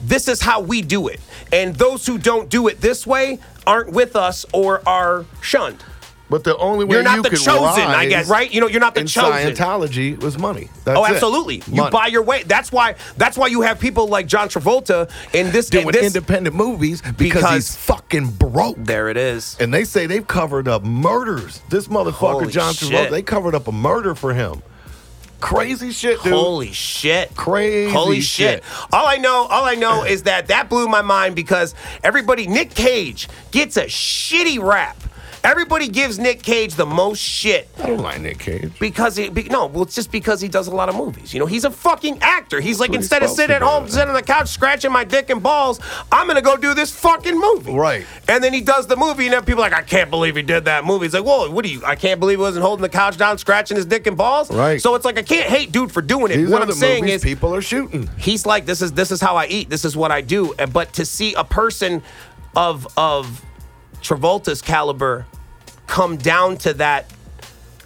S1: this is how we do it and those who don't do it this way aren't with us or are shunned
S2: But the only way
S1: You're not
S2: you
S1: the
S2: could
S1: chosen, I
S2: rise
S1: guess, right? You know, you're not the
S2: in
S1: chosen.
S2: Scientology was money. That's
S1: oh,
S2: it.
S1: absolutely. You
S2: Money.
S1: buy your way. That's why. That's why you have people like John Travolta in this.
S2: doing
S1: in this
S2: independent movies because,
S1: Because-
S2: he's fucking broke.
S1: there it is.
S2: And they say they've covered up murders. This motherfucker,
S1: Holy
S2: John
S1: shit.
S2: Travolta, they covered up a murder for him. Crazy shit, dude.
S1: Holy shit.
S2: Crazy
S1: Holy shit.
S2: shit.
S1: All I know, all I know is that that blew my mind because everybody Nick Cage gets a shitty rap. Everybody gives Nick Cage the most shit
S2: I don't like Nick Cage.
S1: because he be, no, well, it's just because he does a lot of movies. You know, he's a fucking actor. He's like
S2: what he's
S1: instead of
S2: supposed
S1: sitting
S2: to
S1: at
S2: do.
S1: home, sitting on the couch, scratching my dick and balls, I'm gonna go do this fucking movie.
S2: Right.
S1: And then he does the movie, and then people are like, I can't believe he did that movie. It's like, whoa, what do you? I can't believe he wasn't holding the couch down, scratching his dick and balls.
S2: Right.
S1: So it's like I can't hate dude for doing it.
S2: These
S1: what
S2: are
S1: I'm
S2: the
S1: saying
S2: movies
S1: is,
S2: people are shooting.
S1: he's like this is this is how I eat this is what I do And- but to see a person of of Travolta's caliber come down to that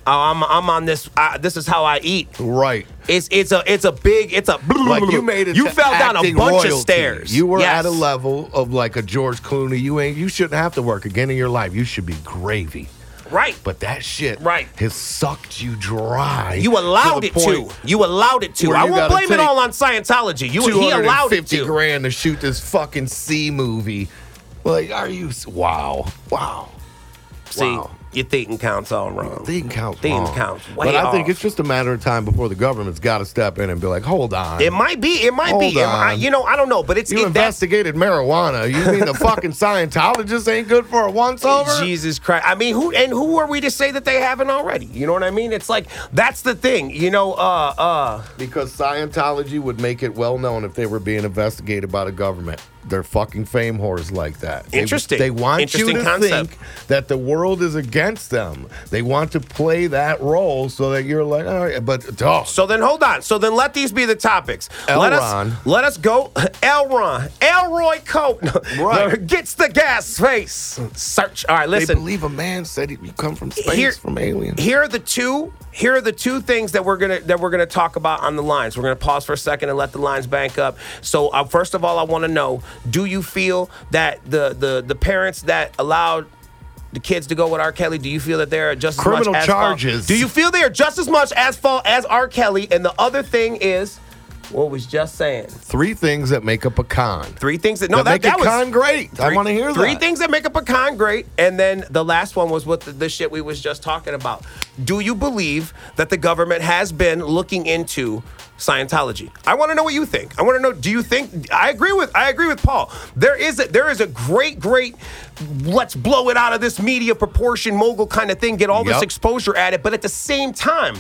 S1: "Oh, I'm I'm on this I, this is how I eat
S2: Right.
S1: it's it's a it's a big it's a
S2: Like you made it.
S1: you
S2: to
S1: fell down a
S2: acting
S1: bunch
S2: royalty.
S1: of stairs
S2: You were
S1: Yes.
S2: at a level of like a George Clooney. You ain't. You shouldn't have to work again in your life. You should be gravy.
S1: right
S2: But that shit
S1: Right.
S2: has sucked you dry.
S1: you allowed
S2: the
S1: it
S2: point
S1: to you allowed it to
S2: where
S1: I
S2: you
S1: won't
S2: gotta
S1: blame it
S2: take
S1: all on Scientology you he allowed it
S2: 250
S1: to
S2: grand to shoot this fucking C movie. Like, are you? s- Wow. Wow.
S1: see
S2: Wow.
S1: your thinking counts all wrong
S2: Thing counts.
S1: Thing
S2: wrong.
S1: counts way
S2: But I think
S1: off.
S2: it's just a matter of time before the government's got to step in and be like, hold on.
S1: it might be it might
S2: Hold
S1: be Am I-
S2: on.
S1: you know I don't know but it's
S2: you
S1: it, that's
S2: investigated marijuana. You mean the fucking Scientologist ain't good for a once over?
S1: Jesus Christ. I mean, who and who are we to say that they haven't already? You know what I mean? It's like that's the thing. You know, uh uh
S2: Because Scientology would make it well known if they were being investigated by the government. They're fucking fame whores like that. They-
S1: Interesting.
S2: They, want
S1: Interesting
S2: you to
S1: concept.
S2: think that the world is against them. They want to play that role so that you're like, all right, but oh,
S1: so then hold on. So then let these be the topics. Let
S2: Elron.
S1: us let us go Elron. Elroy Cope
S2: Right.
S1: gets the gas face. Search. All right,
S2: they
S1: listen.
S2: believe a man said he you come from space
S1: Here-
S2: from aliens.
S1: Here are the two. Here are the two things that we're gonna that we're gonna talk about on the lines. We're gonna pause for a second and let the lines bank up. So, uh, first of all, I want to know: Do you feel that the the the parents that allowed the kids to go with R. Kelly, do you feel that they're just as
S2: Criminal
S1: much as
S2: charges.
S1: Fault? Do you feel they are just as much as fault as R. Kelly? And the other thing is, what was just saying.
S2: Three things that make up a con.
S1: Three things that no, that,
S2: that,
S1: that
S2: make a
S1: was
S2: con great. I
S1: Three-
S2: want to hear
S1: three
S2: that.
S1: things that make up a con great, and then the last one was what the, the shit we was just talking about. Do you believe that the government has been looking into Scientology? I want to know what you think. I want to know. Do you think? I agree with. I agree with Paul. There is a, there is a great great. Let's blow it out of this media proportion mogul kind of thing. Get all this
S2: Yup.
S1: exposure at it, but at the same time,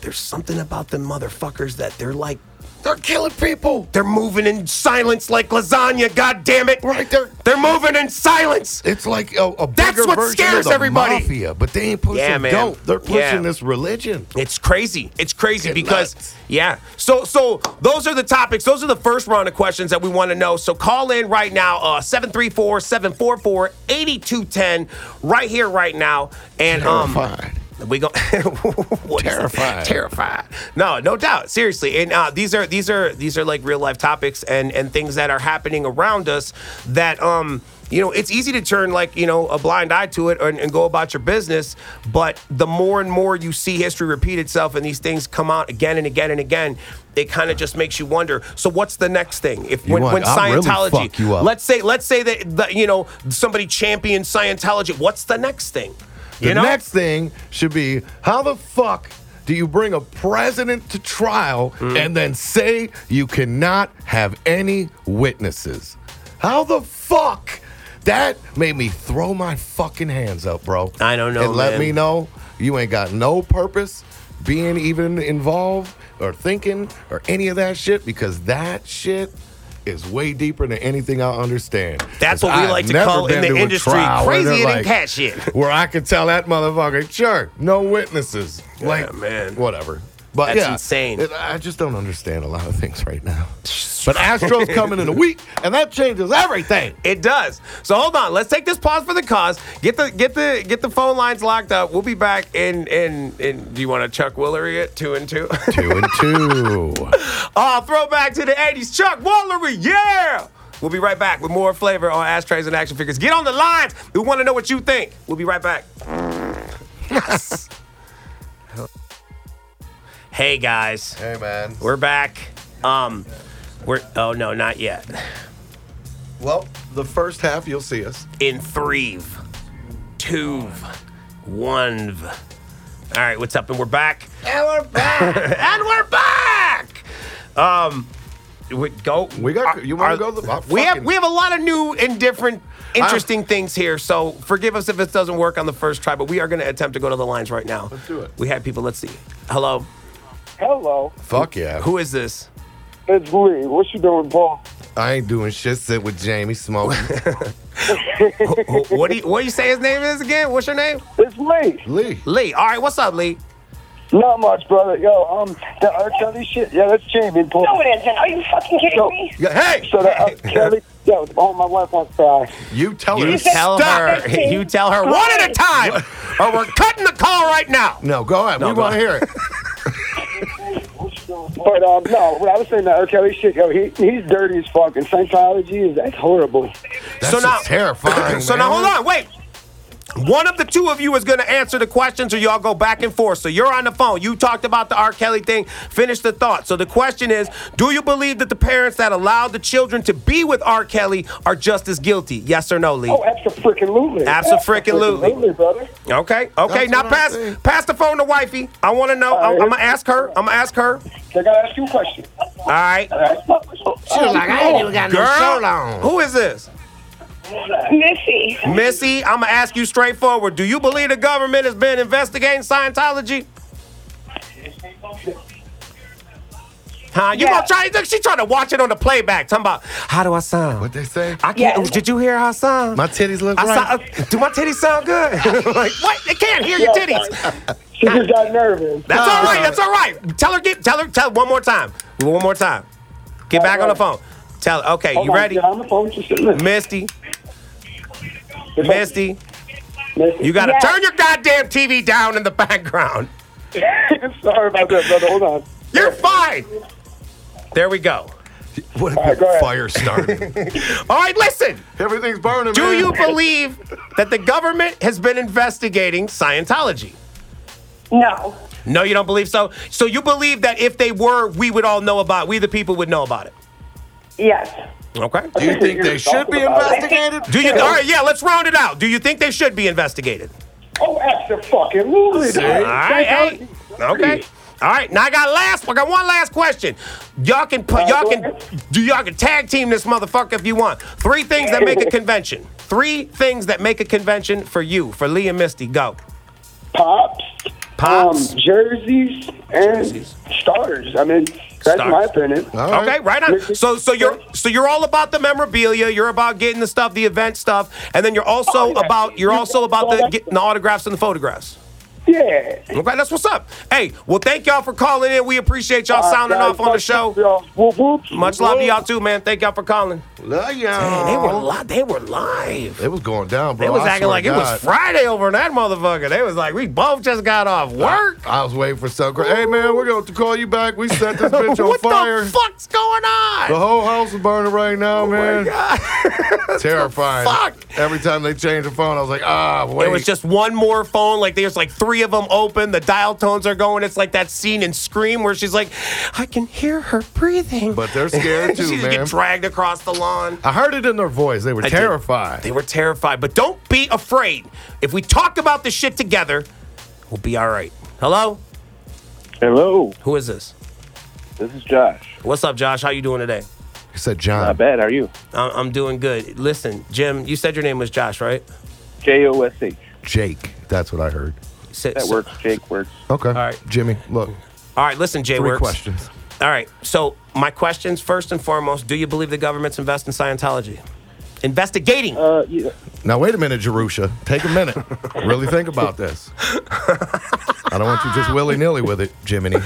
S1: there's something about them motherfuckers that they're like.
S2: They're killing people.
S1: They're moving in silence like lasagna, god damn it.
S2: Right, they're-
S1: They're moving in silence.
S2: It's like a, a
S1: That's
S2: bigger
S1: what
S2: version
S1: scares
S2: of the
S1: everybody.
S2: mafia, but they ain't pushing
S1: Yeah, man.
S2: dope. They're pushing
S1: Yeah.
S2: this religion.
S1: It's crazy. It's crazy
S2: Get
S1: because
S2: nuts.
S1: yeah. So so those are the topics. Those are the first round of questions that we want to know. So call in right now uh 734-744-8210 right here right now and
S2: Terrified.
S1: um we go What is it?
S2: Terrified.
S1: terrified no no doubt seriously and uh, these are these are these are like real life topics and and things that are happening around us that um you know it's easy to turn like you know a blind eye to it and, and go about your business but the more and more you see history repeat itself and these things come out again and again and again it kind of just makes you wonder so what's the next thing if when,
S2: want-
S1: when
S2: I'll really
S1: scientology
S2: fuck you up.
S1: let's say let's say that the, you know somebody champions scientology what's the next thing
S2: The
S1: you know
S2: next thing should be how the fuck do you bring a president to trial
S1: Mm.
S2: and then say you cannot have any witnesses? How the fuck? That made me throw my fucking hands up, bro.
S1: I don't know,
S2: And let
S1: man.
S2: me know you ain't got no purpose being even involved or thinking or any of that shit because that shit is way deeper than anything I understand.
S1: That's
S2: 'Cause
S1: what we
S2: I've
S1: like to
S2: never
S1: call in
S2: been
S1: the
S2: to a
S1: industry
S2: trial where
S1: crazier
S2: they're
S1: than
S2: like,
S1: cat shit.
S2: where I could tell that motherfucker, sure, no witnesses. like,
S1: man.
S2: whatever. But
S1: That's
S2: yeah,
S1: insane.
S2: it- I just don't understand a lot of things right now. But Astros coming in a week, and that changes everything.
S1: It does. So hold on. Let's take this pause for the cause. Get the get the get the phone lines locked up. We'll be back in in in. Do you want to Chuck Willery it two and two?
S2: Two and two.
S1: oh, throwback to the '80s. Chuck Willery, yeah. We'll be right back with more flavor on ashtrays and action figures. Get on the lines. We want to know what you think. We'll be right back. Yes. hey guys,
S2: Hey, man.
S1: we're back. Um, we're oh no, not yet.
S2: Well, the first half, you'll see us.
S1: In three, two, one. All right, what's up? And we're back.
S2: And we're back.
S1: and we're back. Um, we go.
S2: We got- you wanna
S1: are-
S2: go the- I
S1: we have
S2: fucking-
S1: we have a lot of new and different, interesting things here. So forgive us if it doesn't work on the first try, but we are going to attempt to go to the lines right now. Let's
S2: do it.
S1: We have people. Let's see. Hello,
S3: Hello,
S2: Fuck yeah.
S1: who is this?
S3: it's Lee. What you doing, Paul?
S2: I ain't doing shit. Sit with Jamie smoking.
S1: Who- what do you what do you say his name is again? What's your name?
S3: It's Lee.
S2: Lee.
S1: Lee. All right, what's up, Lee?
S3: Not much, brother. Yo, um, the R. Kelly shit. Yeah, that's Jamie and Paul.
S4: No, it isn't. Are you fucking kidding
S3: No.
S4: me?
S2: Yeah, Hey,
S3: So the R. Kelly. Yo, oh, my wife wants to die.
S2: you tell her.
S1: You
S2: to
S4: said
S1: tell
S2: stop.
S1: her.
S4: it, Lee.
S1: You tell her one at a time, or we're cutting the call right now.
S2: No, go ahead.
S1: No,
S2: we
S1: go
S2: want to hear
S1: ahead.
S2: it.
S3: But um, no, when I was saying the R. Kelly shit, yo, he he's dirty as fuck, and Scientology is that's horrible.
S2: That's
S1: So
S2: so
S1: now-
S2: terrifying.
S1: So now hold on, wait. One of the two of you is going to answer the questions, or y'all go back and forth. So you're on the phone. You talked about the R. Kelly thing. Finish the thought. So the question is Do you believe that the parents that allowed the children to be with R. Kelly are just as guilty? Yes or no, Lee?
S3: Oh, absolutely.
S1: Abso-frickin-lutely.
S3: brother.
S1: okay, okay.
S2: That's
S1: Now
S2: what I
S1: pass
S2: think.
S1: pass the phone to wifey. I want to know. I'm,
S3: All right.
S1: I'm going to ask her. I'm going to ask her.
S3: I gotta ask you a question.
S1: All right.
S3: All right. She was
S2: like, I ain't even got no shirt
S1: Girl,
S2: on.
S1: who is this?
S4: Missy.
S1: Missy, I'm going to ask you straightforward. Do you believe the government has been investigating Scientology? Huh? You
S4: Yeah.
S1: gonna try? Look, she trying to watch it on the playback. Talking about how do I sound?
S2: What they say?
S1: I can't.
S4: Yes.
S1: Did you hear how I sound?
S2: My titties look
S1: I
S2: right.
S1: sound- uh, do my titties sound good? like what? They can't hear your titties.
S3: She just got nervous.
S1: That's
S2: No,
S1: all right.
S2: no.
S1: That's all right. Tell her. Get. Tell her. Tell one more time. One more time. Get back on the phone. Tell. her. Okay.
S3: Hold
S1: You
S3: on,
S1: ready?
S3: yeah, Oh I'm on the phone. Just listen.
S1: Misty. Misty.
S3: Listen.
S1: You gotta
S4: Yes.
S1: turn your goddamn TV down in the background.
S3: Sorry about that, brother. Hold on.
S1: You're fine. There we go.
S2: What if
S3: All right, go
S2: your
S3: ahead.
S2: fire started?
S1: All right. Listen.
S2: Everything's burning.
S1: Do
S2: man.
S1: you believe that the government has been investigating Scientology?
S4: No.
S1: No, you don't believe so. So you believe that if they were, we would all know about. We the people would know about it.
S4: Yes.
S1: Okay.
S2: Do you think they should be
S3: Talking about it.
S2: investigated?
S1: Do you? All right. Yeah. Let's round it out. Do you think they should be investigated?
S3: Oh, absolutely.
S1: All right. hey. Okay. All right. Now I got last. I got one last question. Y'all can
S3: Uh,
S1: put. Y'all can. Do y'all can tag team this motherfucker if you want. Three things that make a convention. Three things that make a convention for you, for Lee and Misty. Go.
S3: Pops.
S1: Pops.
S3: Um, jerseys and starters. I mean, that's
S1: Starters.
S3: my opinion.
S2: All right.
S1: Okay, right on. So, so you're so you're all about the memorabilia. You're about getting the stuff, the event stuff, and then you're also
S3: Oh, yeah.
S1: about you're
S3: You
S1: also
S3: got
S1: about
S3: all
S1: the
S3: that
S1: getting the autographs and the photographs.
S3: Yeah.
S1: Okay, that's what's up. Hey, well, thank y'all for calling in. We appreciate y'all sounding
S3: Guys,
S1: off on the
S3: much love,
S1: show.
S3: y'all. Whoop, whoop.
S1: Much love to y'all too, man. Thank y'all for calling.
S2: Love y'all.
S1: Man, they were live. They were live.
S2: It was going down, bro.
S1: They was
S2: I
S1: acting
S2: swear
S1: like it
S2: to God.
S1: was Friday over that motherfucker. They was like, we both just got off
S2: Uh,
S1: work.
S2: I was waiting for some. cra- Hey man, we're going to call you back. We set this bitch on
S1: what
S2: fire.
S1: the fuck's going on?
S2: The whole house is burning right now,
S1: Oh
S2: man. Terrifying.
S1: fuck?
S2: Every time they change the phone, I was like, ah, wait.
S1: It was just one more phone. Like there's like three of them open. The dial tones are going. It's like that scene in Scream where she's like, I can hear her breathing.
S2: But they're scared
S1: she
S2: too,
S1: just
S2: man.
S1: get dragged across the lawn.
S2: I heard it in their voice. They were
S1: I did.
S2: terrified.
S1: They were terrified. But don't be afraid. If we talk about this shit together, we'll be all right. Hello?
S5: Hello,
S1: Who is this?
S5: this is Josh.
S1: What's up, Josh? How you doing today?
S2: He said, John.
S1: Uh,
S5: Not bad. How are you?
S1: I- I'm doing good. Listen, Jim, you said your name was Josh, right?
S5: J O S H.
S2: Jake. That's what I heard.
S1: You said-
S5: That works. Jake works.
S2: Okay. All
S1: right.
S2: Jimmy, look.
S1: All right, listen, Jay
S2: Three
S1: Works.
S2: questions.
S1: All right. So my questions first and foremost: Do you believe the government's invest in Scientology? Investigating.
S5: Uh, yeah.
S2: Now, wait a minute, Jerusha. Take a minute. really think about this. I don't want you just willy nilly with it, Jiminy.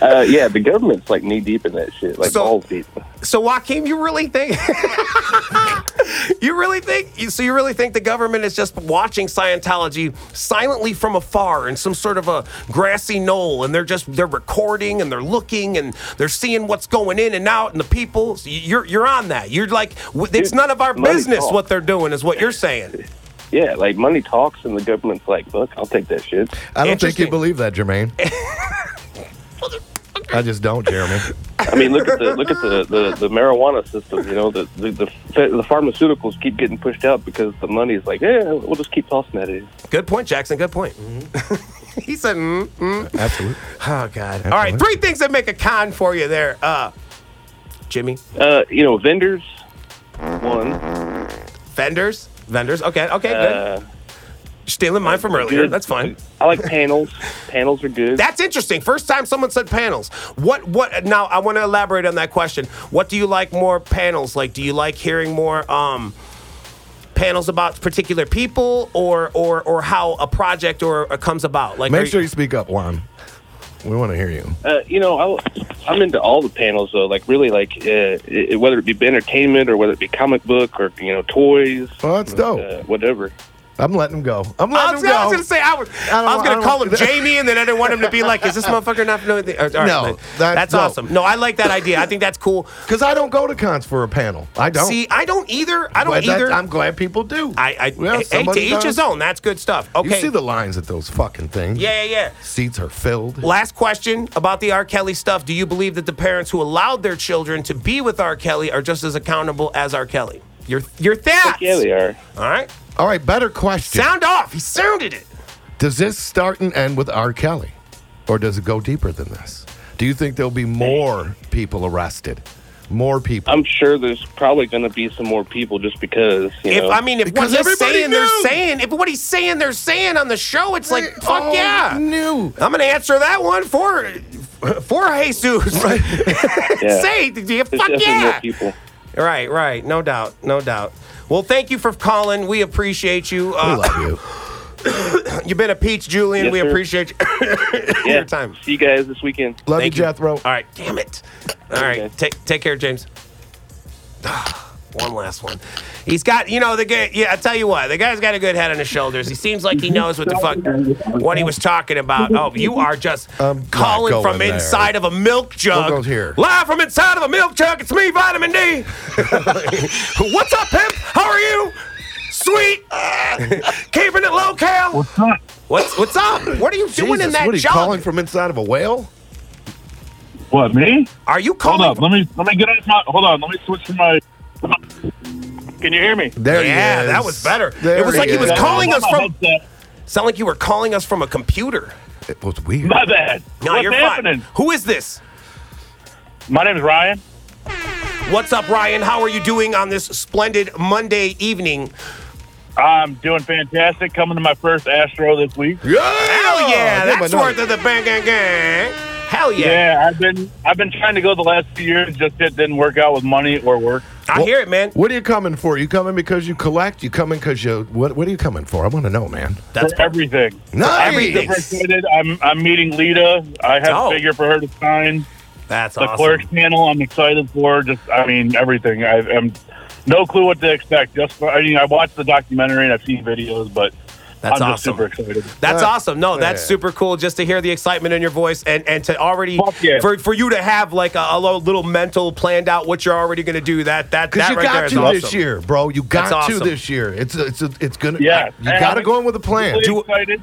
S5: Uh, yeah. The government's like knee deep in that shit. Like
S1: So-
S5: all deep.
S1: so Joaquin, you really think? you really think? you- So you really think the government is just watching Scientology silently from afar in some sort of a grassy knoll, and they're just they're recording and they're looking and they're seeing what's going in and out and the people. so you're you're on that. You're like w- it's none of our
S5: Money
S1: business
S5: talks.
S1: what they're doing, is what you're saying.
S5: yeah, like money talks, and the government's like, look, I'll take that shit.
S2: I don't think you
S1: Interesting.
S2: believe that, Jermaine. I just don't, Jeremy.
S5: I mean, look at the look at the, the, the marijuana system. You know, the the, the ph- the pharmaceuticals keep getting pushed out because the money is like, yeah, we'll just keep tossing at it.
S1: Good point, Jackson. Good point. he said, mm, mm.
S2: Absolutely.
S1: "Oh God." All right, three things that make a con for you there, uh, Jimmy.
S5: Uh, you know, vendors. One.
S1: Vendors, vendors. Okay, okay,
S5: Uh,
S1: good. Stealing mine from earlier.
S5: good.
S1: That's fine.
S5: I like panels. panels are good.
S1: That's interesting. First time someone said panels. What? What? Now I want to elaborate on that question. What do you like more panels? Like, do you like hearing more um, panels about particular people, or or or how a project or, or comes about? Like, are
S2: Make
S1: you-
S2: sure you speak up, Juan. We want to hear you.
S5: Uh, you know, I, I'm into all the panels though. Like really, like uh, it, whether it be entertainment or whether it be comic book or you know toys,
S2: Well, that's
S1: Oh.
S5: uh,
S2: dope.
S5: whatever.
S2: I'm letting him go. I'm
S1: I
S2: letting
S1: was,
S2: him
S1: I was
S2: go.
S1: gonna say I was. I,
S2: I
S1: was
S2: don't wa-
S1: gonna
S2: I don't
S1: call him
S2: want-
S1: Jamie, and then I didn't want him to be like, "Is this motherfucker not know anything?" All right,
S2: No,
S1: man.
S2: that-
S1: that's
S2: no.
S1: awesome. No, I like that idea. I think that's cool.
S2: Because I don't go to cons for a panel. I don't.
S1: See, I don't either. I don't
S2: Glad that-
S1: either.
S2: I'm glad people do.
S1: I, I
S2: Well,
S1: hey, to
S2: somebody
S1: each
S2: does.
S1: his own. That's good stuff.
S2: You
S1: Okay.
S2: see the lines at those fucking things.
S1: yeah, yeah, yeah.
S2: Seats are filled.
S1: Last question about the R. Kelly stuff. Do you believe that the parents who allowed their children to be with R. Kelly are just as accountable as R. Kelly? Your your thoughts.
S5: Yeah, they are.
S1: All right.
S2: All right, better question.
S1: Sound off. He sounded it.
S2: Does this start and end with R. Kelly? Or does it go deeper than this? Do you think there'll be more people arrested? More people?
S5: I'm sure there's probably going to be some more people just because. You
S1: If
S5: know,
S1: I mean, if what
S2: Because
S1: he's
S2: everybody
S1: saying, they're
S2: knew.
S1: saying. If what he's saying, they're saying on the show, it's like, oh,
S2: They
S1: fuck
S2: all
S1: yeah.
S2: Knew.
S1: I'm gonna answer that one for for Jesus. Right.
S5: Yeah.
S1: Say, do you-
S5: there's
S1: fuck
S5: definitely more
S1: yeah.
S5: people.
S1: Right, right. No doubt, no doubt. Well, thank you for calling. We appreciate you.
S2: We
S1: Uh,
S2: love you.
S1: you've been a peach, Julian.
S5: Yes,
S1: we
S5: sir.
S1: appreciate you.
S5: Yeah.
S1: Your time.
S5: See you guys this weekend.
S2: Love
S1: Thank
S2: you, Jethro.
S1: All right, damn it. All right,
S5: Okay.
S1: take take care, James. one last one. He's got, you know, the guy. Yeah, I tell you what, the guy's got a good head on his shoulders. He seems like he knows what the fuck what he was talking about. Oh, you are just
S2: I'm not
S1: calling from
S2: going there.
S1: inside of a milk jug.
S2: We'll go here.
S1: Live from inside of a milk jug. It's me, Vitamin D. What's up, pimp? How are you? Sweet. Keeping it low, Cal. What's up? What's what's up? What are you doing in
S2: Jesus,
S1: that
S2: what are you
S1: jug?
S2: calling from inside of a whale?
S6: What me?
S1: Are you
S6: Hold
S1: calling?
S6: up. Let me let me get off my. Hold on. Let me switch to my. Can you hear me?
S2: There
S1: yeah,
S2: he is.
S1: that was better.
S2: There
S1: it was like he was
S2: is.
S1: calling us
S6: My
S1: from.
S6: headset.
S1: Sound like you were calling us from a computer.
S2: It was weird.
S6: My bad.
S1: No,
S6: What's
S1: you're
S6: happening?
S1: fine. Who is this?
S6: My name's Ryan.
S1: What's up, Ryan? How are you doing on this splendid Monday evening?
S6: I'm doing fantastic. Coming to my first Astro this week.
S2: Yeah,
S1: Hell yeah,
S2: Give him
S1: that's
S2: another-
S1: worth of the bang gang gang. Hell yeah.
S6: Yeah. I've been I've been trying to go the last few years. Just it didn't work out with money or work.
S1: I hear it, man.
S2: What are you coming for? You coming because you collect? You coming because you what? What are you coming for? I want to know, man.
S1: That's
S6: for everything.
S2: Nice.
S1: everything.
S6: Differentiated. I'm I'm meeting Lita. I have
S1: Oh.
S6: a figure for her to sign.
S1: that's
S6: The
S1: awesome.
S6: clerk panel. I'm excited for. Just I mean everything. I am no clue what to expect. Just for, I mean I watched the documentary and I've seen videos, but
S1: That's
S6: I'm
S1: awesome.
S6: just super excited.
S1: That's
S2: Uh,
S1: awesome. No, that's
S2: yeah.
S1: super cool just to hear the excitement in your voice and, and to already
S6: Fuck yeah.
S1: for, for you to have like a, a lo- little mental planned out what you're already gonna do. That that
S2: Because
S1: that
S2: you
S1: right there
S2: got
S1: is
S2: to
S1: awesome.
S2: this year, bro. You
S1: That's
S2: got to
S1: awesome.
S2: this year. It's it's it's gonna.
S6: Yeah.
S2: you got to go in with a plan.
S6: Do
S1: Do-
S6: excited.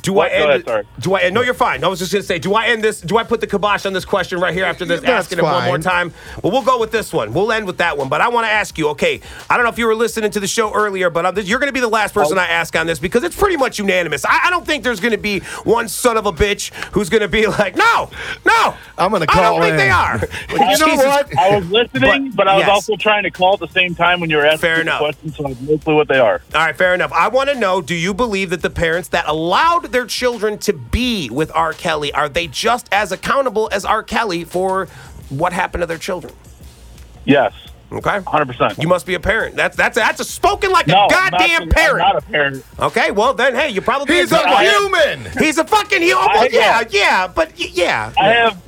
S1: Do
S6: What?
S1: I end?
S6: Go ahead, sorry.
S1: Do I end? No, you're fine. I was just gonna say, do I end this? Do I put the kibosh on this question right here after this?
S2: That's
S1: asking it one more
S2: fine.
S1: time. Well, we'll go with this one. We'll end with that one. But I want to ask you. Okay, I don't know if you were listening to the show earlier, but I'm, you're gonna be the last
S2: Oh.
S1: person I ask on this because it's pretty much unanimous. I, I don't think there's gonna be one son of a bitch who's gonna be like, no, no.
S2: I'm gonna
S1: I don't
S2: call
S1: think
S2: in.
S1: they are.
S2: Well, you know
S1: Jesus.
S2: what?
S6: I was listening,
S1: But-
S6: but, I was
S1: yes.
S6: also trying to call at the same time when you were asking
S1: Fair
S6: the
S1: enough.
S6: questions, so I have no clue what they are.
S1: All right, fair enough. I want to know: Do you believe that the parents that allowed their children to be with R. Kelly are they just as accountable as R. Kelly for what happened to their children?
S6: Yes,
S1: Okay,
S6: 100%.
S1: you must be a parent. That's that's that's a spoken like
S6: no,
S1: a goddamn
S6: I'm not,
S1: parent.
S6: I'm not a parent.
S1: okay, well then, hey, you probably
S2: He's
S1: a
S2: a
S6: I-
S2: human.
S1: he's a fucking human.
S6: I-
S1: yeah, yeah, but y- yeah.
S6: I have.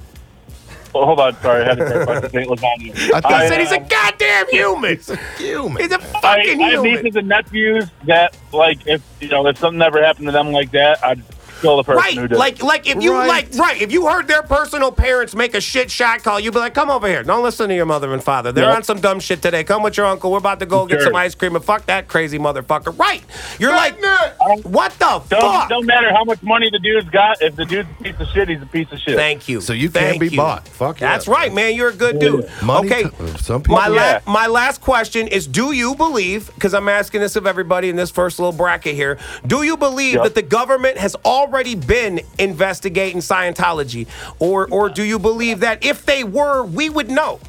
S6: Well, hold on, sorry, I had to clarify. the date was on you.
S2: I thought-
S1: I
S2: I,
S1: said he's a
S6: uh,
S1: goddamn human.
S2: Human.
S1: He's a
S6: I,
S1: fucking
S6: I have
S1: human.
S6: nieces and nephews that, like, if you know, if something ever happened to them like that, I'd kill the person
S1: right,
S6: who did it.
S1: like like if you
S2: Right.
S1: like right, if you heard their personal parents make a shit shot call, you'd be like, "Come over here, don't listen to your mother and father. They're
S6: Yep.
S1: on some dumb shit today. Come with your uncle. We're about to go get
S6: Sure.
S1: some ice cream and fuck that crazy motherfucker." Right? You're like,
S2: Magnet!
S1: what the
S6: Don't,
S1: fuck?
S6: don't matter how much money the dude's got. If the dude's a piece of shit, he's a piece of shit.
S1: Thank you.
S2: So you can't
S1: Thank
S2: be
S1: you.
S2: bought. Fuck
S1: That's
S2: yeah.
S1: right, man. You're a good dude.
S2: Money
S1: okay.
S2: t- uh, some people-
S1: my, la-
S6: Yeah.
S1: my last question is Do you believe, because I'm asking this of everybody in this first little bracket here, do you believe
S6: Yep.
S1: that the government has already been investigating Scientology? Or, or do you believe that if they were, we would know?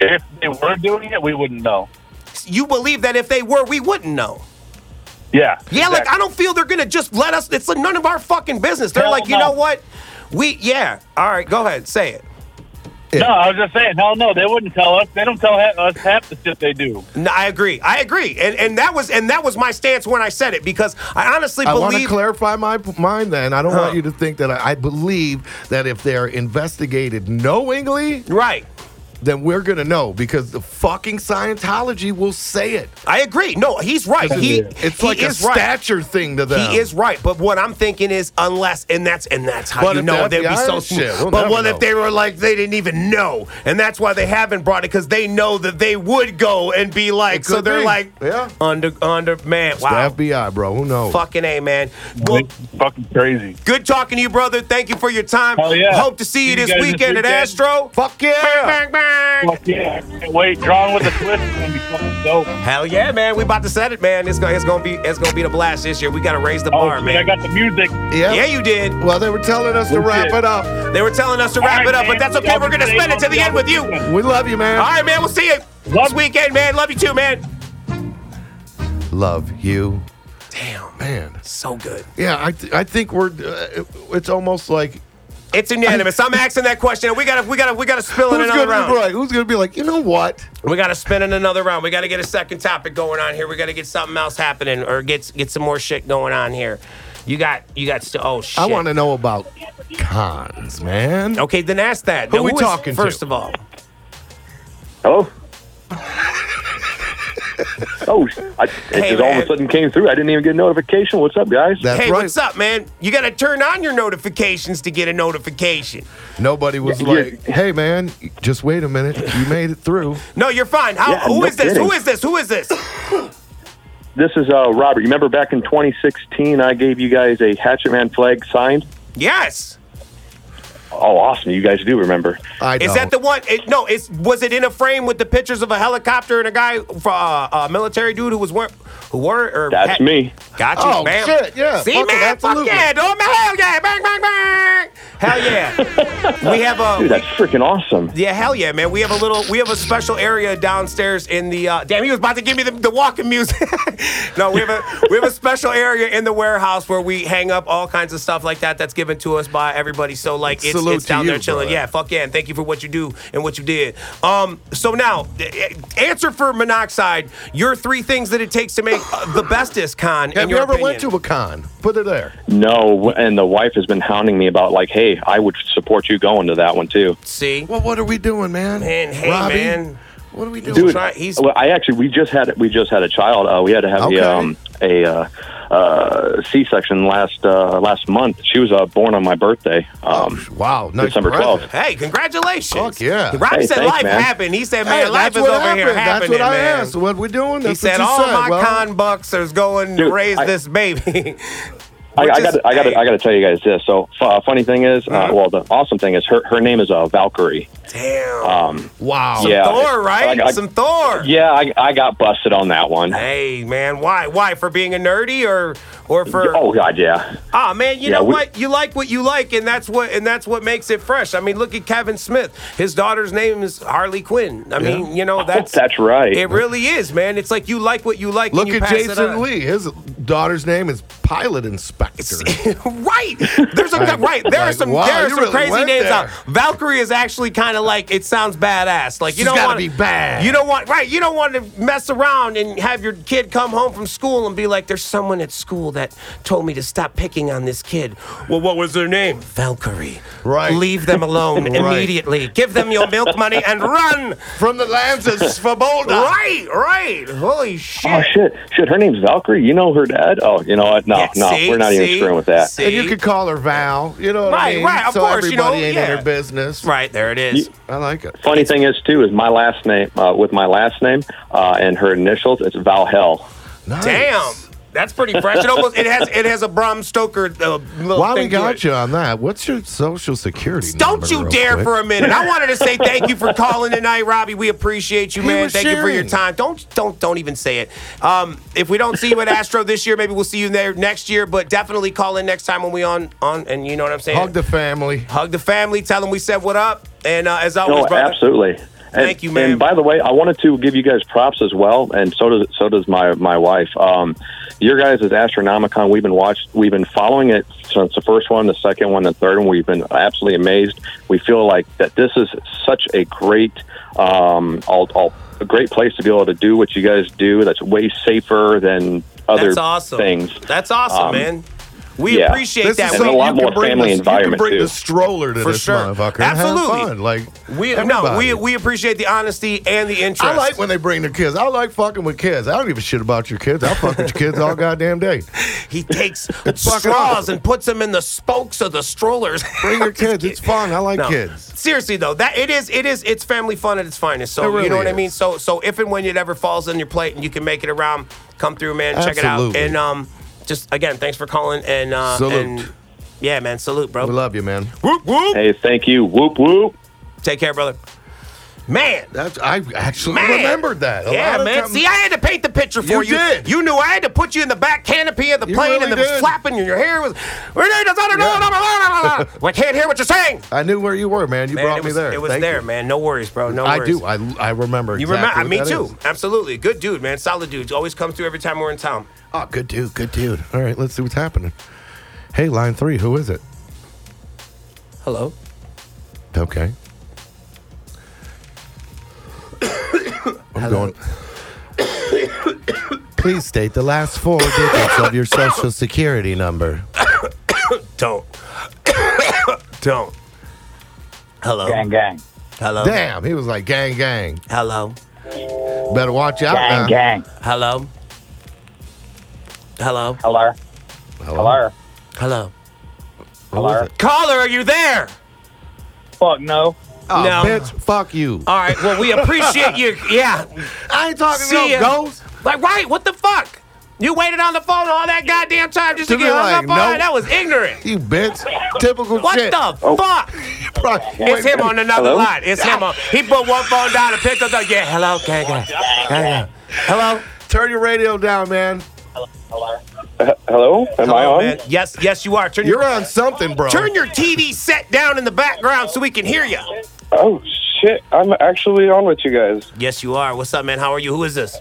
S6: If they were doing it, we wouldn't know.
S1: You believe that if they were, we wouldn't know?
S6: Yeah.
S1: Yeah, like I
S6: exactly.
S1: don't feel they're gonna just let us. It's none of our fucking business. They're
S6: Hell
S1: like, you
S6: no.
S1: know what? We yeah. All right, go ahead, say it.
S6: No, I was just saying. Hell no, they wouldn't tell us. They don't tell ha- us half the shit they do.
S1: No, I agree. I agree, and and that was and that was my stance when I said it because I honestly
S2: I want to
S1: believe.
S2: clarify my p- mind then. I don't
S1: Huh.
S2: want you to think that I, I believe that if they're investigated knowingly,
S1: right,
S2: then we're going to know because the fucking Scientology will say it.
S1: I agree. No, he's right. He
S2: it's
S1: he
S2: like a
S1: is right.
S2: stature thing to them.
S1: He is right, but what I'm thinking is unless and that's and that's how
S2: But
S1: you
S2: if
S1: know
S2: the
S1: they'd be
S2: FBI
S1: so
S2: and shit,
S1: smooth.
S2: we'll
S1: but
S2: never
S1: what if
S2: know.
S1: they were like they didn't even know, and that's why they haven't brought it because they know that they would go and be like.
S2: It
S1: So
S2: could
S1: they're
S2: be.
S1: like
S2: Yeah.
S1: under under man.
S2: The
S1: Wow,
S2: FBI, bro. Who knows?
S1: fucking a man. Well,
S6: They fucking crazy.
S1: good talking to you, brother. Thank you for your time.
S6: Hell yeah.
S1: Hope to see you,
S6: See you
S1: this
S6: guys this
S1: weekend at
S6: weekend.
S1: Astro.
S2: Fuck yeah.
S1: Bang, bang, bang.
S6: Fuck yeah. Can't wait. Drawing with a twist is gonna be fucking dope.
S1: Hell yeah, man. We about to set it, man. It's gonna, it's gonna be it's gonna be the blast this year. We gotta raise the
S6: Oh
S1: bar,
S6: shit,
S1: man.
S6: I got the music.
S2: Yep.
S1: yeah, you did.
S2: Well, they were telling us to
S6: Good
S2: wrap
S6: shit.
S2: it up.
S1: They were telling us to wrap
S6: All right,
S1: it up, but
S6: man.
S1: that's
S6: We
S1: okay.
S6: got
S1: We're gonna
S6: today.
S1: spend it to the end with you. All
S2: We love you, man.
S1: right, man. We'll see you this
S6: Love-
S1: weekend, man. Love you too, man.
S2: Love you,
S1: Damn, man.
S2: man.
S1: so good.
S2: Yeah, I, th- I think we're. Uh, it's almost like
S1: It's unanimous. I'm asking that question. and We gotta, we gotta, we gotta spill in
S2: who's
S1: another
S2: gonna
S1: round.
S2: be right? Who's gonna be like, you know what?
S1: We gotta spin in another round. We gotta get a second topic going on here. We gotta get something else happening, or get get some more shit going on here. You got you got st- oh shit. Oh,
S2: I want to know about cons, man.
S1: Okay, then ask that.
S2: Who
S1: Now,
S2: we
S1: is-
S2: talking to?
S1: First of all,
S5: Hello? oh, sh- I, it
S1: Hey,
S5: just all of
S1: man.
S5: a sudden came through. I didn't even get a notification. What's up, guys?
S2: That's
S1: hey,
S2: right.
S1: what's up, man? You gotta turn on your notifications to get a notification.
S2: Nobody was
S5: Yeah,
S2: like, "Hey, man, just wait a minute. You made it through."
S1: No, you're fine. How,
S5: Yeah,
S1: who
S5: no
S1: is this? Who
S5: kidding.
S1: is this? Who is this?
S5: This is uh, Robert. You remember back in 2016, I gave you guys a Hatchet Man flag signed?
S1: Yes.
S5: Oh, awesome. You guys do remember.
S2: I
S1: Is
S2: don't.
S1: that the one? It, no, it's was it in a frame with the pictures of a helicopter and a guy, uh, a military dude who was wearing, who wore or
S5: That's
S1: had-
S5: me.
S1: Got you,
S2: Oh,
S1: bam.
S2: shit, yeah.
S1: See,
S2: Fuck it,
S1: man,
S2: absolutely.
S1: fuck yeah, dude, man, hell yeah, bang, bang, bang, hell yeah. we have a
S5: Dude, that's freaking awesome.
S1: yeah, hell yeah, man. We have a little, we have a special area downstairs in the. Uh, damn, he was about to give me the, the walking music. no, we have a we have a special area in the warehouse where we hang up all kinds of stuff like that that's given to us by everybody. So like, it's,
S2: Salute
S1: it's
S2: to
S1: down
S2: you,
S1: there chilling.
S2: brother.
S1: Yeah, fuck yeah, and thank you for what you do and what you did. Um, so now, eh, answer for monoxide. Your three things that it takes to make uh, the bestest con. in
S2: Have you
S1: your
S2: ever went
S1: opinion.
S2: to a con? Put it there.
S5: No, and the wife has been hounding me about, like, hey, I would support you going to that one, too.
S1: see?
S2: Well, what are we doing, man?
S1: Man, hey,
S2: Robbie,
S1: man.
S2: what are we doing?
S5: Dude,
S1: Try- he's-
S5: well, I actually we just had we just had a child. Uh, we had to have
S2: Okay.
S5: the, um, a uh, uh, C section last uh, last month. She was uh, born on my birthday. Um,
S2: wow, nice
S5: December
S2: present.
S5: 12th.
S1: Hey, congratulations!
S2: Fuck yeah.
S1: Robbie
S5: Hey,
S1: said
S5: thanks,
S1: life
S5: man.
S1: happened. He said,
S2: Hey,
S1: man, life
S2: that's
S1: is
S2: what
S1: over
S2: happened.
S1: here
S2: That's
S1: happening,
S2: what I
S1: man.
S2: asked. What we doing? That's
S1: he said,
S2: what you
S1: all my
S2: well,
S1: con bucks is going to
S5: Dude,
S1: raise
S5: I-
S1: this baby.
S5: I,
S1: Oh, Which
S5: I
S1: is- Uh-huh.
S5: got I got
S1: hey.
S5: I got to tell you guys this. So fu- uh, funny thing is, uh, well, the awesome thing is her her name is uh, Valkyrie.
S1: Damn.
S5: Um,
S2: Wow.
S5: Yeah.
S1: Thor, right?
S5: I- I-
S1: Some Thor.
S5: yeah, I, I got busted on that one.
S1: Hey, man, why? Why? For being a nerdy or or for
S5: Oh God, yeah.
S1: Ah man, you
S5: Yeah,
S1: know
S5: we-
S1: what? You like what you like, and that's what and that's what makes it fresh. I mean, look at Kevin Smith. His daughter's name is Harley Quinn. I mean, you know, that's
S5: Oh, That's right.
S1: It really is, man. It's like you like what you like.
S2: Look
S1: and you
S2: at
S1: pass it
S2: Jason
S1: on.
S2: Lee. His daughter's name is Pilot Inspector.
S1: right. There's a right. There are
S2: Like,
S1: some
S2: wow,
S1: there are
S2: you
S1: some
S2: really
S1: crazy
S2: went
S1: names
S2: there.
S1: out. Valkyrie is actually kind kind of like it sounds badass. Like you
S2: She's
S1: don't
S2: gotta
S1: want
S2: be bad.
S1: You don't want right. You don't want to mess around and have your kid come home from school and be like, "There's someone at school that told me to stop picking on this kid." Well, what was their name? Valkyrie.
S2: Right.
S1: Leave them alone immediately. Give them your milk money and run.
S2: From the lands of Svoboda.
S1: Right. Right. Holy shit.
S5: Oh shit! Shit, her name's Valkyrie. You know her dad? Oh, you know what? No,
S1: Yeah,
S5: no,
S1: see,
S5: we're not even
S1: see,
S5: screwing with that.
S1: see.
S2: And you could call her Val. You know what
S1: Right,
S2: I mean?
S1: right, of
S2: so
S1: course, you know,
S2: everybody ain't in
S1: yeah.
S2: her business.
S1: Right there it is.
S2: I like it.
S5: Funny thing is too is my last name uh, with my last name uh, and her initials. It's Val Hell.
S2: Nice.
S1: Damn. That's pretty fresh. It almost it has it has a Bram Stoker uh, little
S2: While we
S1: thing to it.
S2: got you on that, what's your social security
S1: Don't you dare for a minute. I wanted to say thank you for calling tonight, Robbie. We appreciate you,
S2: He
S1: man.
S2: was
S1: Thank you for your
S2: sharing.
S1: time. Don't don't don't even say it. Um, if we don't see you at Astro this year, maybe we'll see you there next year. But definitely call in next time when we on on. And you know what I'm saying.
S2: Hug the family.
S1: Hug the family. Tell them we said what up. And uh, as always,
S5: No,
S1: brother.
S5: absolutely. And,
S1: Thank you, man.
S5: And by the way, I wanted to give you guys props as well, and so does so does my my wife. Um, your guys is Astronomicon. We've been watched. We've been following it since the first one, the second one, the third one. We've been absolutely amazed. We feel like that this is such a great, um, all, all, a great place to be able to do what you guys do. That's way safer than other
S1: That's awesome.
S5: things.
S1: That's awesome,
S5: Um,
S1: man. We
S5: yeah.
S1: appreciate
S2: This
S1: that.
S2: is
S5: And a
S2: something
S5: lot
S2: you can
S5: more
S2: bring
S5: family
S2: this- You can
S5: environment,
S2: bring
S5: too.
S2: the stroller to
S1: For
S2: this
S1: sure.
S2: motherfucker. and have
S1: Absolutely.
S2: fun. Like
S1: we no,
S2: everybody.
S1: we we appreciate the honesty and the interest.
S2: I like when they bring their kids. I like fucking with kids. I don't give a shit about your kids. I'll fuck with your kids all goddamn day.
S1: He takes
S2: fucking
S1: straws
S2: awesome.
S1: and puts them in the spokes of the strollers.
S2: Bring your kids. It's fun. I like
S1: No.
S2: kids.
S1: Seriously though, that it is it is it's family fun at its finest. So
S2: It really
S1: you know what I
S2: is.
S1: mean. So so if and when it ever falls on your plate and you can make it around, come through, man. Check it out.
S2: Absolutely.
S1: And um, just again, thanks for calling and uh,
S2: Salute.
S1: and yeah, man, salute, bro.
S2: We love you, man.
S1: Whoop whoop.
S5: Hey, thank you. Whoop whoop.
S1: Take care, brother. Man.
S2: That's I actually
S1: Man.
S2: remembered that. A lot
S1: yeah,
S2: of
S1: man.
S2: times-
S1: See, I had to paint the picture for you.
S2: You did.
S1: You knew I had to put you in the back canopy of the
S2: You
S1: plane,
S2: really
S1: and it was
S2: did.
S1: flapping, and your hair was. I can't hear what you're saying.
S2: I knew where you were, man. You
S1: Man,
S2: brought
S1: it
S2: me
S1: was,
S2: there.
S1: It was
S2: Thank
S1: there,
S2: you.
S1: man. No worries, bro. No
S2: I
S1: worries.
S2: do. I, I remember.
S1: You
S2: exactly
S1: remember? uh,
S2: what
S1: Me
S2: that
S1: too.
S2: is.
S1: Absolutely. Good dude, man. Solid dude. Always comes through every time we're in town.
S2: Oh, good dude. Good dude. All right, let's see what's happening. Hey, line three. Who is it?
S1: Hello.
S2: Okay. I'm going. Please state the last four digits of your social security number.
S1: Don't. Don't. Hello.
S7: Gang, gang,
S1: Hello.
S2: Damn, he was like gang gang.
S1: Hello.
S2: Better watch out now.
S7: gang, gang.
S1: Hello. Hello.
S7: Hello, hello,
S1: Hello.
S2: What was
S7: hello.
S2: it?
S1: Caller, are you there?
S7: Fuck no.
S2: Oh,
S1: No. Uh,
S2: bitch, fuck you.
S1: All right. Well, we appreciate you. Yeah.
S2: I ain't talking
S1: See ya.
S2: no ghosts.
S1: Like, right? What the fuck? You waited on the phone all that goddamn time just to
S2: To be
S1: get hung
S2: like,
S1: up on?
S2: nope.
S1: That was ignorant.
S2: You bitch. Typical
S1: What
S2: shit.
S1: the fuck?
S2: Bro,
S1: It's him on another
S5: Oh. Hello?
S1: line. It's him on. He put one phone down and picked up the. Yeah, hello, gang, gang, gang, gang. Hello?
S2: Turn your radio down, man.
S5: Hello, am I
S1: Hello,
S5: on?
S1: man. Yes, yes, you are. Turn
S2: You're
S1: your,
S2: on something, bro.
S1: turn your TV set down in the background so we can hear you.
S5: Oh shit! I'm actually on with you guys.
S1: Yes, you are. What's up, man? How are you? Who is this?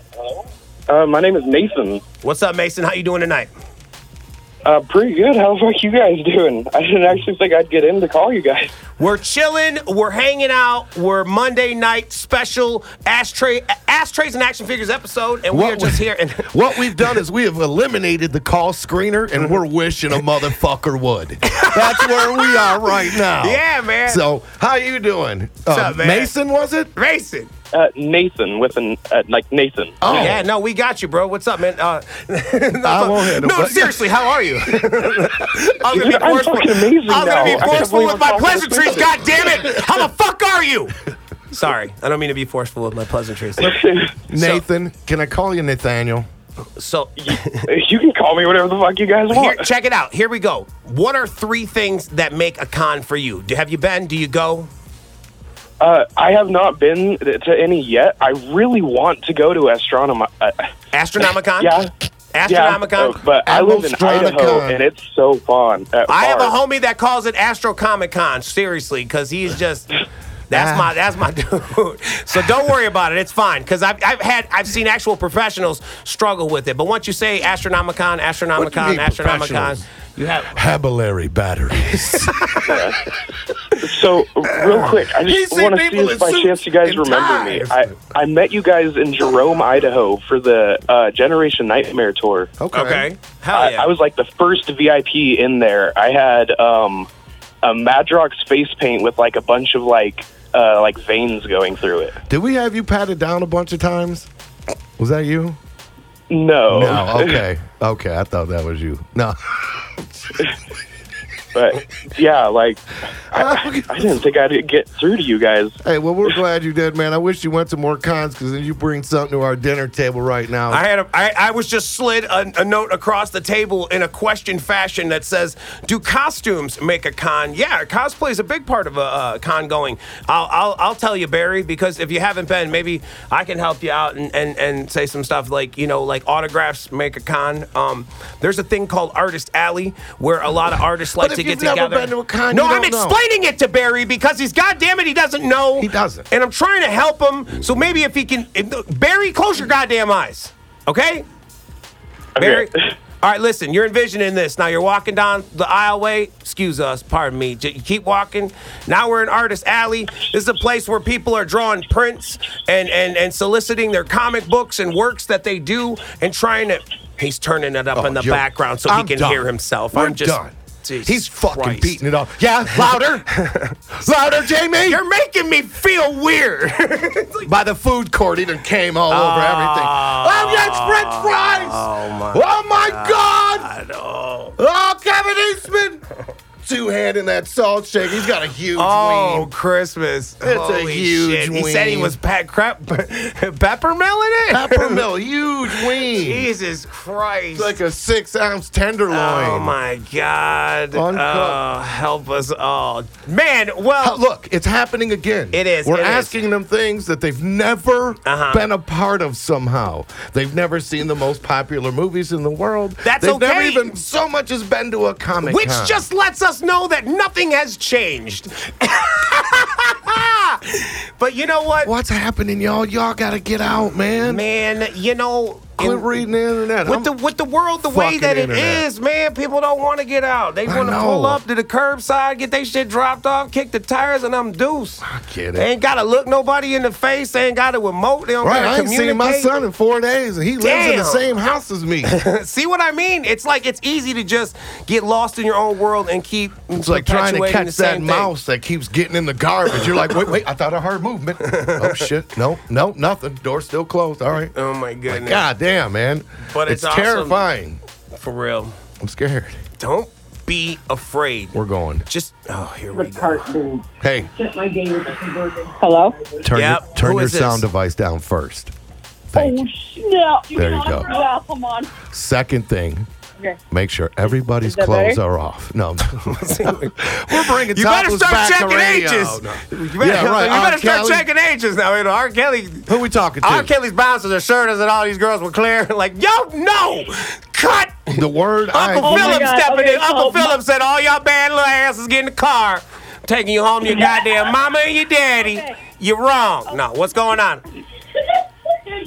S5: Uh, my name is Nathan.
S1: What's up, Mason? How you doing tonight?
S5: Uh, pretty good. How's like you guys doing? I didn't actually think I'd get in to call you guys.
S1: We're chilling. We're hanging out. We're Monday night special ashtray ashtrays and action figures episode, and we are
S2: What
S1: just
S2: we-
S1: here. And
S2: What we've done is we have eliminated the call screener, and we're wishing a motherfucker would. That's where we are right now.
S1: Yeah, man.
S2: So, how you doing? Uh,
S1: up, man?
S2: Mason, was it?
S1: Mason.
S5: Uh, Nathan with an uh, like Nathan.
S2: Oh,
S1: Yeah, no, we got you, bro. What's up, man? Uh,
S2: I won't hit him,
S1: no,
S2: but-
S1: seriously, how are you? I'm gonna be
S5: I'm
S1: forceful.
S5: fucking amazing
S1: I'm
S5: now.
S1: gonna
S5: I
S1: be
S5: can't
S1: forceful with
S5: believe I'm
S1: my
S5: talking to
S1: pleasantries.
S5: people.
S1: God damn it! How the fuck are you? Sorry, I don't mean to be forceful with my pleasantries.
S2: Nathan, can I call you Nathaniel?
S1: So,
S5: you can call me whatever the fuck you guys
S1: here,
S5: want.
S1: check it out. Here we go. What are three things that make a con for you? Do, have you been? Do you go?
S5: Uh, I have not been to any yet. I really want to go to Astronom. Uh,
S1: Astronomicon?
S5: yeah. Yeah,
S1: Astronomicon?
S5: uh, but I live in Idaho,
S2: Astronomicon.
S5: and it's so fun. uh,
S1: I have a
S5: far.
S1: homie that calls it Astro Comic Con, seriously, because he's just. That's
S2: Ah.
S1: my that's my dude. So don't worry about it. It's fine because I've, I've had I've seen actual professionals struggle with it. But once you say Astronomicon,
S2: What do you
S1: Astronomicon,
S2: mean,
S1: Astronomicon,
S2: professionals?
S1: you have
S2: Habillary batteries.
S5: So real quick, I
S2: He's
S5: just
S2: seen
S5: want to see
S2: people in
S5: if by
S2: suits
S5: chance you guys
S2: and
S5: remember me.
S2: ties.
S5: I, I met you guys in Jerome, Idaho for the uh, Generation Nightmare tour.
S2: Okay.
S1: okay. Hell
S5: I,
S1: yeah.
S5: I was like the first VIP in there. I had um, a Madrox face paint with like a bunch of like uh, like veins going through it.
S2: Did we have you patted down a bunch of times? Was that you?
S5: No,
S3: Oh.
S2: No. Okay. Okay. I thought that was you. No.
S5: but Uh, yeah, like I, I didn't think I'd get through to you guys.
S2: Hey, well, we're glad you did, man. I wish you went to more cons because then you bring something to our dinner table right now.
S1: I had a, I, I was just slid a, a note across the table in a question fashion that says, "Do costumes make a con?" Yeah, cosplay is a big part of a uh, con going. I'll, I'll I'll tell you, Barry, because if you haven't been, maybe I can help you out and, and, and say some stuff like you know like autographs make a con. Um, there's a thing called Artist Alley where a lot of artists like
S2: if
S1: to get
S2: you've never
S1: together.
S2: been to a con,
S1: no,
S2: you
S1: I'm
S2: don't know.
S1: explaining it to Barry because he's goddamn it, he doesn't know.
S2: He doesn't.
S1: And I'm trying to help him. So maybe if he can, if, Barry, close your goddamn eyes. Okay? Barry. All right, listen, you're envisioning this. Now you're walking down the aisleway. Excuse us, pardon me. J- You keep walking. Now we're in Artist Alley. This is a place where people are drawing prints and, and, and soliciting their comic books and works that they do and trying to. He's turning it up
S2: Oh,
S1: in the
S2: you're-
S1: background so
S2: I'm
S1: he can
S2: done.
S1: hear himself.
S2: We're
S1: I'm just.
S2: done.
S1: Jesus
S2: He's fucking
S1: Christ.
S2: beating it off. Yeah, louder, louder, Jamie.
S1: You're making me feel weird. It's like-
S2: by the food court. He done came all over everything.
S1: Ah.
S2: Oh, yes, French fries. Oh my, God. Oh, Kevin Eastman. Two hand in that salt shake. He's got a huge
S1: Oh,
S2: ween.
S1: Christmas! It's
S2: a huge
S1: He said he
S2: ween.
S1: was pat crap, peppermilling it.
S2: Peppermill, huge ween.
S1: Jesus Christ!
S2: It's like a six ounce tenderloin.
S1: oh my God!
S2: Uncooked.
S1: Oh, help us all, man. Well,
S2: Uh, Look, it's happening again.
S1: It is,
S2: We're
S1: it is.
S2: asking them things that they've never
S1: Uh-huh.
S2: been a part of somehow. They've never seen the most popular movies in the world.
S1: That's
S2: they've never
S1: okay.
S2: even so much as been to a comic.
S1: which
S2: Con.
S1: just lets us know that nothing has changed. but you know what,
S2: What's happening, y'all? Y'all gotta get out, man.
S1: man? You know,
S2: Quit
S1: in-
S2: reading the internet.
S1: with
S2: I'm-
S1: the with the world the way
S2: Fucking
S1: that it is,
S2: internet.
S1: man, people don't want to get out. They
S2: I
S1: want to
S2: know.
S1: pull up to the curbside, get their shit dropped off, kick the tires, and I'm deuce.
S2: I get it.
S1: They ain't gotta look nobody in the face. They ain't gotta emote. They don't
S2: right, I
S1: gotta
S2: ain't seen
S1: communicate.
S2: my son in four days, and he lives in the
S1: Damn.
S2: same house as me.
S1: See what I mean? It's like it's easy to just get lost in your own world and keep.
S2: It's like trying to
S1: the
S2: catch that
S1: same thing.
S2: mouse that keeps getting in the garbage. You're like, wait, wait, I thought I heard movement. oh shit, no, no, nothing. Door's still closed. All right.
S1: Oh my goodness!
S2: God damn, man.
S1: But it's awesome.
S2: terrifying.
S1: For real,
S2: I'm scared.
S1: don't be afraid.
S2: We're going.
S1: Just oh, here we go.
S4: Cartoon.
S2: Hey,
S4: Hello?
S2: turn
S1: Yep.
S2: your, turn
S1: Who
S2: your
S1: is this?
S2: sound device down first. Thank
S4: Oh,
S2: you.
S4: No.
S2: There you go.
S4: Well, come on.
S2: Second thing,
S4: Okay.
S2: make sure everybody's
S4: Is that
S2: clothes
S4: better?
S2: are off. No, we're bringing
S1: You better
S2: topless
S1: start
S2: back to
S1: checking
S2: radio.
S1: ages.
S2: No.
S1: You better,
S2: Yeah, right.
S1: you
S2: R.
S1: better start
S2: Kelly.
S1: checking ages now. You know, R. Kelly
S2: Who we talking to?
S1: R. Kelly's bouncers are sure doesn't all these girls were clear. like, yo, no! Cut!
S2: The word
S1: Uncle
S2: I
S1: Philip
S4: God,
S1: stepping
S4: okay,
S1: in. Uncle
S4: so my-
S1: Philip said, all y'all bad little asses get in the car. I'm taking you home to your goddamn mama and your daddy.
S4: Okay.
S1: You're wrong.
S2: Oh.
S1: No, what's going on?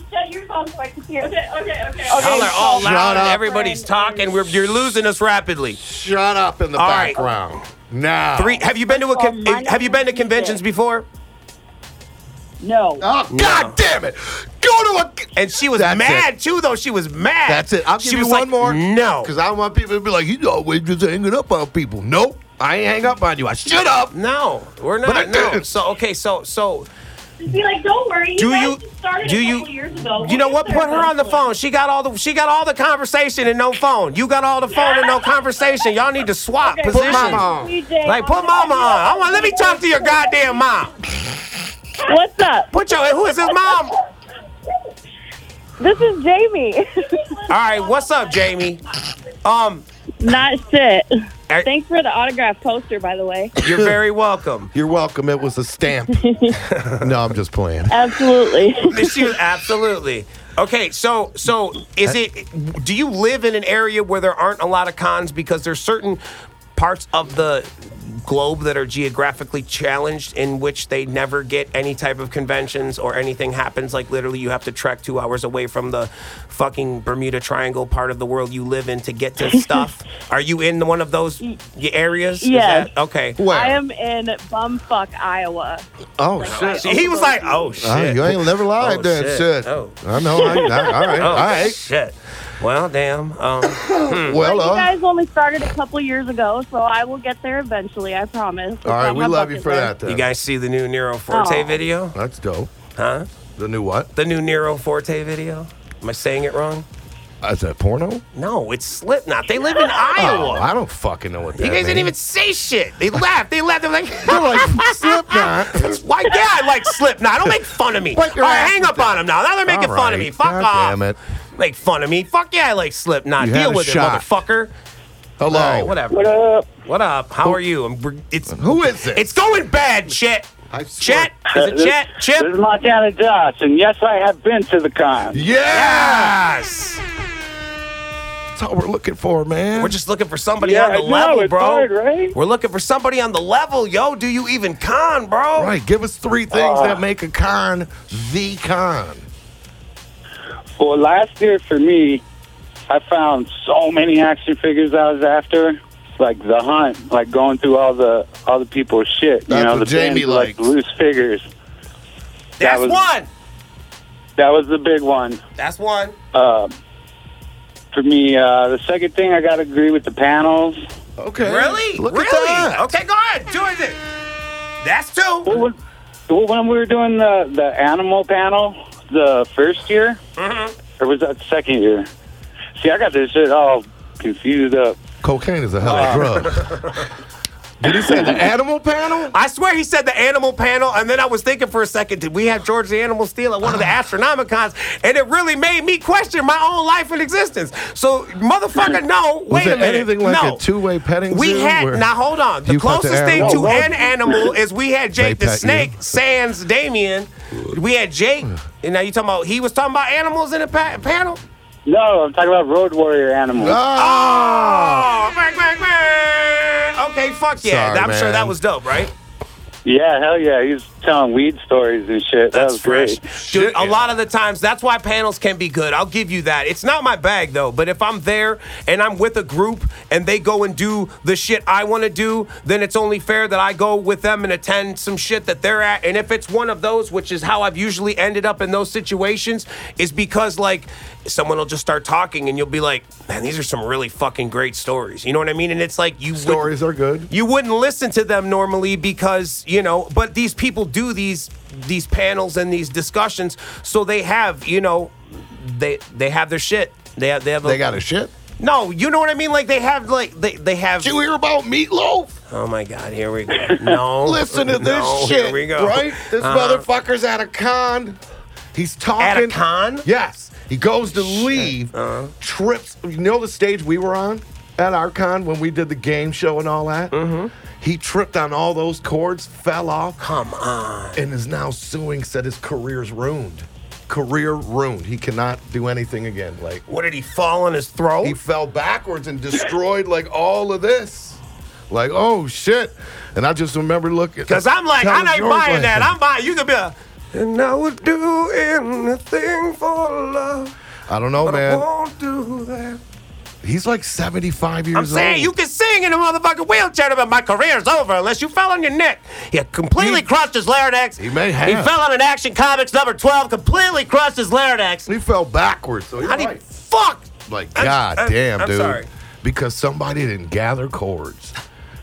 S4: Shut your phone so I can hear. Okay, okay, okay.
S1: Y'all are all
S2: Shut
S1: loud. and
S2: up.
S1: Everybody's talking. We're, you're losing us rapidly.
S2: shut up in the
S1: All right.
S2: background. Now
S1: Three. Have you been to a con-
S4: Oh, my
S1: Have you been to conventions before?
S4: No.
S2: Oh, God damn it! Go to a
S1: And she was
S2: That's
S1: mad too, though. She was mad.
S2: That's it. I'll give
S1: she
S2: you
S1: was
S2: one
S1: like,
S2: more.
S1: No.
S2: Because I want people to be like, you always just hanging up on people. Nope. I ain't hang up on you. I shut up.
S1: No, we're
S2: But I
S1: not. No.
S2: didn't.
S1: So okay. So so
S4: Just be like, don't worry. You
S1: Do
S4: guys
S1: you-
S4: just started
S1: do
S4: a
S1: you-
S4: couple years ago.
S1: You know what? Put her on the phone. She got all the she got all the conversation and no phone. You got all the phone and no conversation. Y'all need to swap
S4: Okay,
S1: positions.
S2: mama on.
S1: Like put mama on. I want. Let me talk to your goddamn mom.
S8: What's up?
S1: Put your. Who is his mom? All
S8: This is Jamie.
S1: right. What's up, Jamie? Um,
S8: Not shit.
S1: Er-
S8: Thanks for the autograph poster, by the way.
S1: you're very welcome.
S2: You're welcome. It was a stamp. no, I'm just playing.
S8: Uh, Absolutely.
S1: She was absolutely. Okay, so so is it? Do you live in an area where there aren't a lot of cons because there's certain parts of the globe that are geographically challenged in which they never get any type of conventions or anything happens. Like literally, you have to trek two hours away from the fucking Bermuda Triangle part of the world you live in to get to stuff. Are you in one of those y- areas? Is
S8: Yes.
S1: that- okay.
S2: Where?
S8: I am in bumfuck Iowa.
S2: oh
S8: like,
S2: shit.
S1: See, he was like, "Oh shit,
S2: Ah, you ain't never lied
S1: Oh,
S2: then.
S1: shit.
S2: Shit.
S1: Oh.
S2: I know. I, I, all right.
S1: oh
S2: all right.
S1: shit." Well, damn. Um,
S2: Well,
S8: Like, you
S2: uh,
S8: guys only started a couple years ago, so I will get there eventually. I promise. It's
S2: all right.
S8: on
S2: We
S8: my
S2: love you
S8: bucket
S2: for
S8: list.
S2: that. Then.
S1: you guys see the new Nero Forte
S8: Aw.
S1: video?
S2: That's dope.
S1: Huh?
S2: The new what?
S1: The new Nero Forte video? Am I saying it wrong?
S2: Is that porno?
S1: No, it's Slipknot. They live in
S2: Oh,
S1: Iowa.
S2: I don't fucking know what that
S1: You guys didn't even
S2: means.
S1: say shit. They laughed. They laughed. They're like,
S2: They're like Slipknot.
S1: why? Yeah, I like Slipknot. Don't make fun of me. All
S2: Wipe your
S1: right,
S2: ass
S1: hang
S2: with
S1: up on them now. Now they're making
S2: All
S1: fun of
S2: right.
S1: me. Fuck
S2: God
S1: off.
S2: damn it.
S1: Make fun of me. Fuck yeah, I like Slipknot.
S2: You had
S1: Deal
S2: a
S1: with
S2: shot.
S1: it, motherfucker.
S2: Hello.
S1: All right, whatever.
S3: What up?
S1: What up? How are you? I'm, we're- it's
S2: Who is this?
S1: it's going bad. Shit.
S2: I swear.
S1: Chet. Is it
S7: This-
S1: Chet?
S7: This
S1: Chip.
S7: is Montana Josh, and yes, I have been to the con.
S2: Yeah.
S1: Yes.
S2: That's all we're looking for, man.
S1: We're just looking for somebody
S3: Yeah,
S1: on the
S3: I know,
S1: level,
S3: it's
S1: bro.
S3: hard, right?
S1: We're looking for somebody on the level, yo. Do you even con, bro?
S2: right. Give us three things
S1: Uh.
S2: that make a con the con.
S7: Well, last year for me, I found so many action figures I was after. Like the hunt, like going through all the all the people's shit. you
S2: That's
S7: know,
S2: what
S7: the
S2: Jamie
S7: bins, like
S2: likes.
S7: loose figures.
S1: That's
S7: was-
S1: one.
S7: That was the big one.
S1: That's one.
S7: Uh, for me, uh, the second thing I got to agree with the panels.
S2: Okay.
S1: Really?
S2: Look
S1: really?
S2: at that.
S1: Okay, go ahead. Do it. then. That's
S7: Well,
S1: two.
S7: when, well, when we were doing the, the animal panel the first year, or was that the second year? See, I got this shit all confused up.
S2: Cocaine is a hell
S1: Uh.
S2: of a drug. Did he say the animal panel?
S1: I swear he said the animal panel, and then I was thinking for a second, did we have George the Animal steal at one of the
S2: Ah.
S1: Astronomicons? And it really made me question my own life and existence. So, motherfucker, no.
S2: Was
S1: wait
S2: it
S1: a minute.
S2: anything like
S1: no.
S2: a two-way petting
S1: We
S2: zoo
S1: had
S2: where-
S1: now. Hold on. The
S2: You cut the
S1: closest thing to
S2: animal?
S1: an animal is we had Jake
S2: They
S1: the
S2: pet you.
S1: Snake, Sans Damien. We had Jake, and now you talking about he was talking about animals in the pa- panel.
S7: No, I'm talking about road warrior animals.
S2: Ah!
S1: Oh, bang, bang, bang. Okay, fuck yeah.
S2: Sorry,
S1: I'm sure that
S2: man.
S1: was dope, right?
S7: Yeah, hell yeah. He's telling weed stories and shit. that was great.
S1: Dude,
S2: Shit.
S1: a lot of the times, that's why panels can be good. I'll give you that. It's not my bag, though, but if I'm there and I'm with a group and they go and do the shit I want to do, then it's only fair that I go with them and attend some shit that they're at. And if it's one of those, which is how I've usually ended up in those situations, is because, like, someone will just start talking and you'll be like, man, these are some really fucking great stories. You know what I mean? And it's like, you wouldn't-
S2: Stories are good.
S1: you wouldn't listen to them normally because you know but these people do these these panels and these discussions so they have you know they they have their shit they have they have
S2: They got a shit.
S1: no you know what i mean like they have like they they have
S2: Did you hear about meatloaf?
S1: oh my god here we go no
S2: Listen to this
S1: No,
S2: shit.
S1: here we go
S2: Right? This
S1: Uh-huh.
S2: motherfucker's at a con. He's
S1: at
S2: talking.
S1: a con
S2: Yes. He goes to leave,
S1: uh-huh.
S2: trips. You know the stage we were on at our con when we did the game show and all that? Mm-hmm. He tripped on all those cords, fell off,
S1: come on
S2: and is now suing, said his career's ruined. Career ruined. He cannot do anything again. Like,
S1: what did he fall on his throat
S2: he fell backwards and destroyed like all of this. Like, oh shit. And I just remember looking.
S1: Cause I'm like,
S2: telling
S1: I ain't
S2: George,
S1: buying
S2: like,
S1: that. I'm buying. You could be a. And I would do anything for love,
S2: I don't know,
S1: but I
S2: man.
S1: won't do that.
S2: He's like 75 years
S1: I'm saying
S2: old.
S1: you can sing in a motherfucking wheelchair, but my career's over unless you fell on your neck. He completely
S2: He-
S1: crushed his larynx.
S2: He may
S1: He
S2: have.
S1: fell on an Action Comics number 12, completely crushed his larynx.
S2: He fell backwards. So you're
S1: How do you
S2: right.
S1: fuck?
S2: Like,
S1: I'm-
S2: god
S1: I'm-
S2: damn,
S1: I'm
S2: dude.
S1: sorry.
S2: Because somebody didn't gather cords.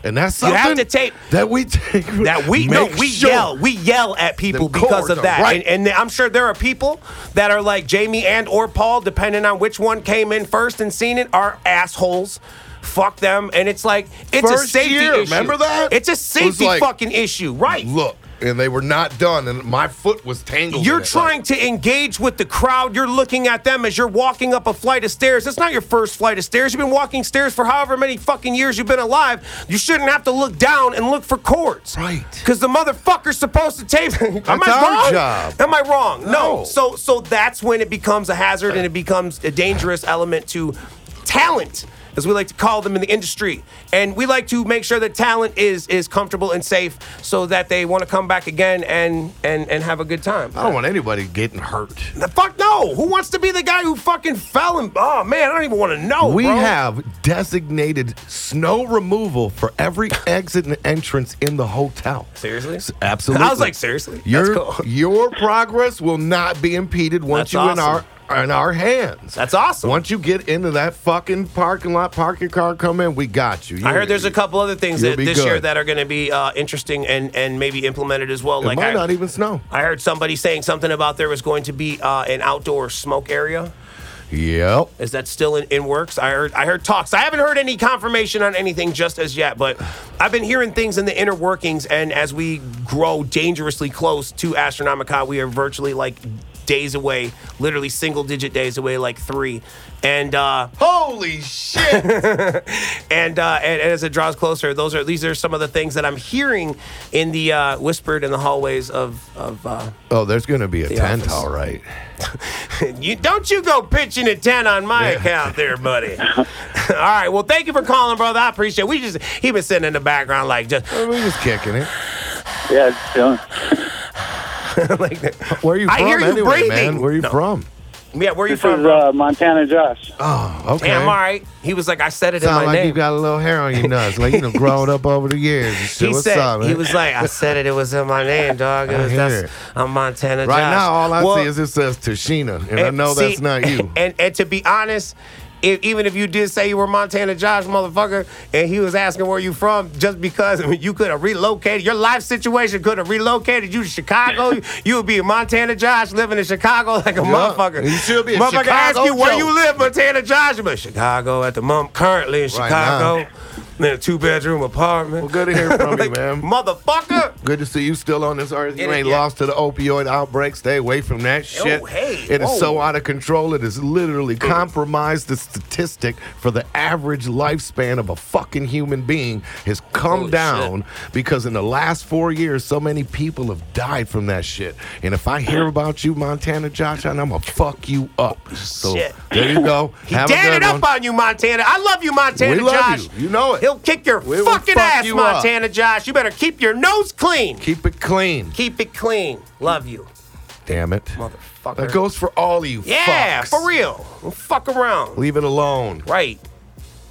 S2: And that's
S1: You
S2: something
S1: have to take-
S2: that we take
S1: That we no,
S2: make
S1: we
S2: sure.
S1: yell, we yell at people
S2: The
S1: because
S2: chords
S1: of
S2: are
S1: that,
S2: right.
S1: and, and I'm sure there are people that are like Jamie and or Paul, depending on which one came in first and seen it, are assholes. Fuck them, and it's like it's a
S2: First
S1: safety
S2: year,
S1: issue.
S2: remember that?
S1: It's a
S2: It was
S1: safety
S2: like-
S1: fucking issue, right?
S2: Look, and they were not done, and my foot was tangled. in
S1: You're
S2: it,
S1: trying to engage with the crowd. You're looking at them as you're walking up a flight of stairs. It's not your first flight of stairs. You've been walking stairs for however many fucking years you've been alive. You shouldn't have to look down and look for chords.
S2: Right.
S1: Because the motherfucker's supposed to tape. Am
S2: That's
S1: I
S2: our
S1: wrong?
S2: job.
S1: Am I wrong? No.
S2: No.
S1: So so that's when it becomes a hazard and it becomes a dangerous element to talent. as we like to call them in the industry. And we like to make sure that talent is is comfortable and safe, so that they want to come back again and and and have a good time.
S2: I don't want anybody getting hurt.
S1: The fuck no! Who wants to be the guy who fucking fell and oh man, I don't even want to know.
S2: We
S1: Oh, bro.
S2: have designated snow removal for every exit and entrance in the hotel.
S1: Seriously?
S2: S- Absolutely.
S1: I was like, seriously? That's
S2: Your,
S1: cool.
S2: your progress will not be impeded once
S1: That's
S2: you in
S1: awesome.
S2: our in our hands.
S1: That's awesome.
S2: Once you get into that fucking parking lot, park your car, come in, we got you.
S1: I heard there's a couple other things
S2: You'll
S1: that
S2: be
S1: this year
S2: good.
S1: that are going to be uh, interesting and and maybe implemented as well.
S2: It
S1: like
S2: might
S1: I,
S2: not e- even snow.
S1: I heard somebody saying something about there was going to be uh, an outdoor smoke area.
S2: Yep.
S1: Is that still in, in works? I heard I heard talks. I haven't heard any confirmation on anything just as yet, but I've been hearing things in the inner workings. And as we grow dangerously close to Astronomicon, we are virtually like days away, literally single digit days away, like three. And uh,
S2: Holy shit!
S1: and, uh, and and as it draws closer, those are these are some of the things that I'm hearing in the uh, whispered in the hallways of of. Uh,
S2: oh, there's gonna be a tent,
S1: office.
S2: all right.
S1: you don't you go pitching a 10 on my account there buddy all right well thank you for calling brother i appreciate it. we just he been sitting in the background like just
S2: We're just kicking it.
S7: Yeah, it's chilling.
S1: like that.
S2: Where are you
S1: I
S2: from
S1: hear you
S2: anyway,
S1: breathing.
S2: man? Where are you
S1: No.
S2: from?
S1: yeah where you
S7: This
S1: from
S7: is
S1: bro
S7: uh, Montana Josh.
S2: Oh, okay.
S1: damn all right he was like i said it in my
S2: Sound like
S1: name
S2: you got a little hair on your nuts, like you know, growing up over the years. And shit.
S1: he
S2: What's
S1: said
S2: up, man?
S1: he was like i said it it was in my name dog it
S2: I
S1: was
S2: hear
S1: that's
S2: it.
S1: i'm montana
S2: right
S1: Josh.
S2: now, all I
S1: Well,
S2: see is it says Tashina, and I
S1: And
S2: know
S1: see- eh,
S2: that's not you.
S1: And and to be honest, if, even if you did say you were Montana Josh, motherfucker, and he was asking where you from, just because I mean, you could have relocated, your life situation could have relocated you to Chicago, you would be Montana Josh living in Chicago like a motherfucker.
S2: you should be a
S1: Motherfucker ask
S2: Chicago
S1: you where you
S2: Joe."
S1: live, Montana Josh, but Chicago at the moment, currently in
S2: Right
S1: Chicago, in a two bedroom apartment.
S2: well, good to hear from you, man.
S1: Motherfucker.
S2: Good to see you still on this earth. You
S1: It-
S2: ain't
S1: yeah. Oh,
S2: lost to the opioid outbreak. Stay away from that shit.
S1: hey,
S2: it is
S1: whoa.
S2: so out of control. It has literally compromised the statistic for the average lifespan of a fucking human being has come
S1: Holy
S2: down because in the last four years, so many people have died from that shit. And if I hear about you, Montana Josh, I'm gonna fuck you up. So
S1: Shit.
S2: there you go.
S1: He
S2: Have a
S1: damn
S2: good
S1: it up
S2: one.
S1: on you, Montana. I love you, Montana
S2: We love
S1: Josh.
S2: you. You know it.
S1: He'll kick your
S2: We will
S1: fucking
S2: fuck
S1: ass,
S2: you up.
S1: Montana Josh. You better keep your nose clean.
S2: Keep it clean.
S1: Keep it clean. Love you,
S2: Damn it.
S1: motherfucker.
S2: That goes for all of you.
S1: yeah,
S2: fucks.
S1: for real. Don't fuck around.
S2: Leave it alone.
S1: Right.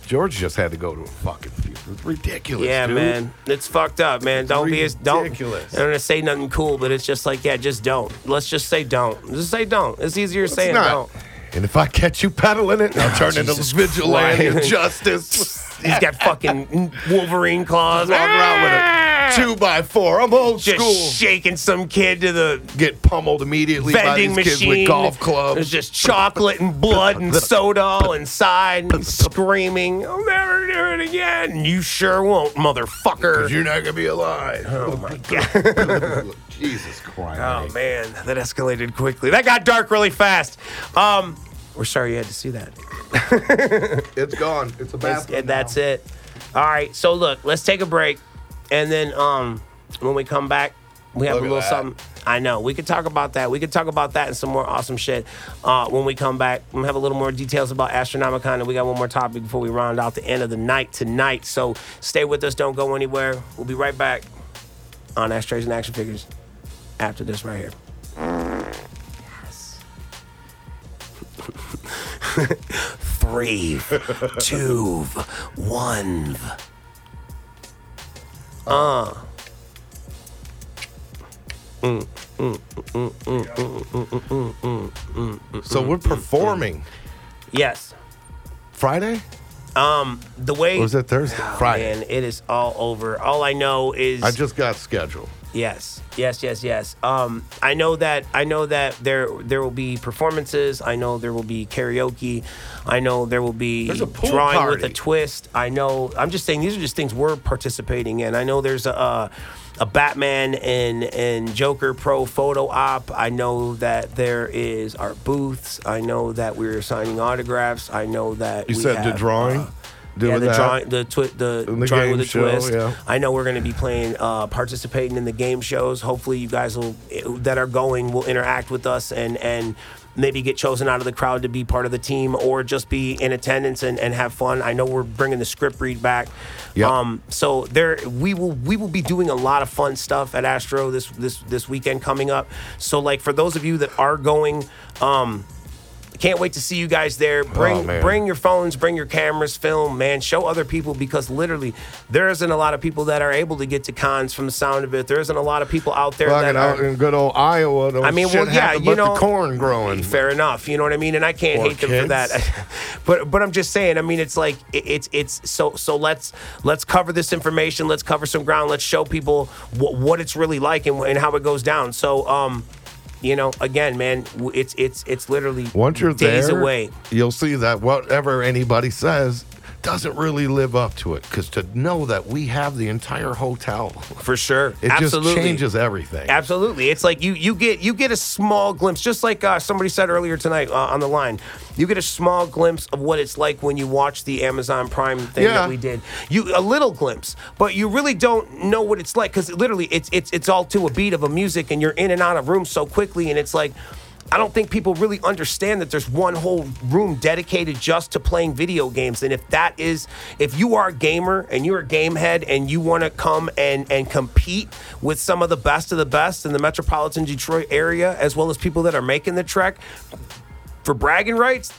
S2: George just had to go to a fucking funeral. It's ridiculous.
S1: Yeah,
S2: dude.
S1: man. It's fucked up, man. Don't be as don't.
S2: ridiculous.
S1: I don't want to say nothing cool, but it's just like, yeah, just don't. Let's just say don't. Just say don't. It's easier
S2: It's
S1: saying
S2: not.
S1: don't.
S2: And if I catch you peddling it, I'll turn into
S1: Jesus
S2: vigilante
S1: Christ.
S2: of justice.
S1: He's got fucking Wolverine claws.
S2: Walk around with a two by four. I'm old
S1: Ah! Just
S2: school.
S1: shaking some kid to the
S2: Get pummeled immediately by
S1: vending
S2: these
S1: machine.
S2: kids with golf
S1: There's
S2: clubs.
S1: just chocolate and blood and soda all inside. And he's screaming, "I'll never do it again." And you sure won't, motherfucker.
S2: You're not gonna be alive. Oh my
S1: God.
S2: god. Jesus Christ.
S1: Oh man, that escalated quickly. That got dark really fast. Um, we're sorry you had to see that.
S2: It's gone. It's a
S1: That's,
S2: bathroom.
S1: that's it. All right, so look, let's take a break, and then um, when we come back, we have
S2: Look
S1: a
S2: at
S1: little
S2: that.
S1: something. I know we could talk about that. We could talk about that and some more awesome shit uh, when we come back. We'll have a little more details about Astronomicon, and we got one more topic before we round out the end of the night tonight. So stay with us. Don't go anywhere. We'll be right back on Ashtrays and Action Figures after this right here. Three, two, one.
S2: So
S1: Mm-hmm.
S2: we're performing
S1: Yes.
S2: Friday?
S1: Um, the way
S2: Or is it Thursday? Friday.
S1: Oh, man, it is all over. All I know is
S2: I just got scheduled.
S1: yes, yes, yes, yes. Um, I know that I know that there there will be performances. I know there will be karaoke. I know there will be
S2: There's a pool
S1: drawing with
S2: party.
S1: a twist. I know. I'm just saying these are just things we're participating in. I know there's a. a a Batman and and Joker Pro photo op. I know that there is our booths. I know that we're signing autographs. I know that
S2: You
S1: we
S2: said the
S1: have,
S2: drawing?
S1: uh,
S2: Doing
S1: yeah, the
S2: that?
S1: drawing, the twi- the,
S2: And the
S1: drawing with
S2: game
S1: a
S2: show,
S1: twist.
S2: yeah.
S1: I know we're going to be playing, uh, participating in the game shows. Hopefully, you guys will that are going will interact with us and and maybe get chosen out of the crowd to be part of the team or just be in attendance and, and have fun. I know we're bringing the script read back. Um,
S2: Yep.
S1: so there we will we will be doing a lot of fun stuff at Astro this this this weekend coming up. So like for those of you that are going, um, can't wait to see you guys there. Bring
S2: Oh, man.
S1: bring your phones, bring your cameras, film, man. Show other people because literally there isn't a lot of people that are able to get to cons from the sound of it. There isn't a lot of people out there that
S2: Fucking out
S1: are.
S2: in good old Iowa. Don't
S1: I mean,
S2: shit
S1: well, yeah,
S2: happen
S1: you
S2: but
S1: know,
S2: the corn growing.
S1: Fair enough, you know what I mean, and I can't
S2: Poor
S1: hate them for
S2: kids.
S1: that. but but I'm just saying, I mean, it's like it, it's it's so so let's let's cover this information, let's cover some ground, let's show people what what it's really like and, and how it goes down. So um, you know, again, man, w- it's it's it's literally
S2: Once you're
S1: days
S2: there,
S1: away.
S2: you'll see that whatever anybody says doesn't really live up to it. Because to know that we have the entire hotel,
S1: for sure.
S2: it
S1: Absolutely.
S2: just changes everything.
S1: Absolutely, it's like you you get you get a small glimpse, just like uh, somebody said earlier tonight uh, on the line. You get a small glimpse of what it's like when you watch the Amazon Prime thing
S2: Yeah.
S1: that we did. You a little glimpse, but you really don't know what it's like because literally it's it's it's all to a beat of a music, and you're in and out of rooms so quickly, and it's like. I don't think people really understand that there's one whole room dedicated just to playing video games. And if that is, if you are a gamer and you're a game head and you want to come and and compete with some of the best of the best in the metropolitan Detroit area, as well as people that are making the trek. For bragging rights,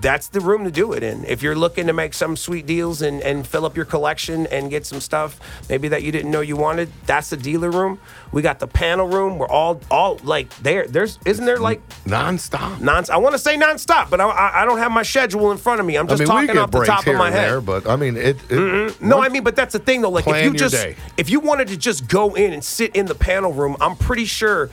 S1: that's the room to do it in. If you're looking to make some sweet deals and, and fill up your collection and get some stuff maybe that you didn't know you wanted, that's the dealer room. We got the panel room. We're all all like there. There's isn't there like
S2: Nonstop.
S1: non. I want to say nonstop, but I, I I don't have my schedule in front of me. I'm
S2: I
S1: just
S2: mean, we
S1: talking
S2: get
S1: off the
S2: breaks
S1: top of
S2: here
S1: my
S2: and
S1: head. Mm-hmm.
S2: there, but I mean, it. it
S1: No, I
S2: once-
S1: mean, but that's the thing though. Like, if
S2: Plan
S1: you
S2: your
S1: just
S2: day.
S1: if you wanted to just go in and sit in the panel room, I'm pretty sure.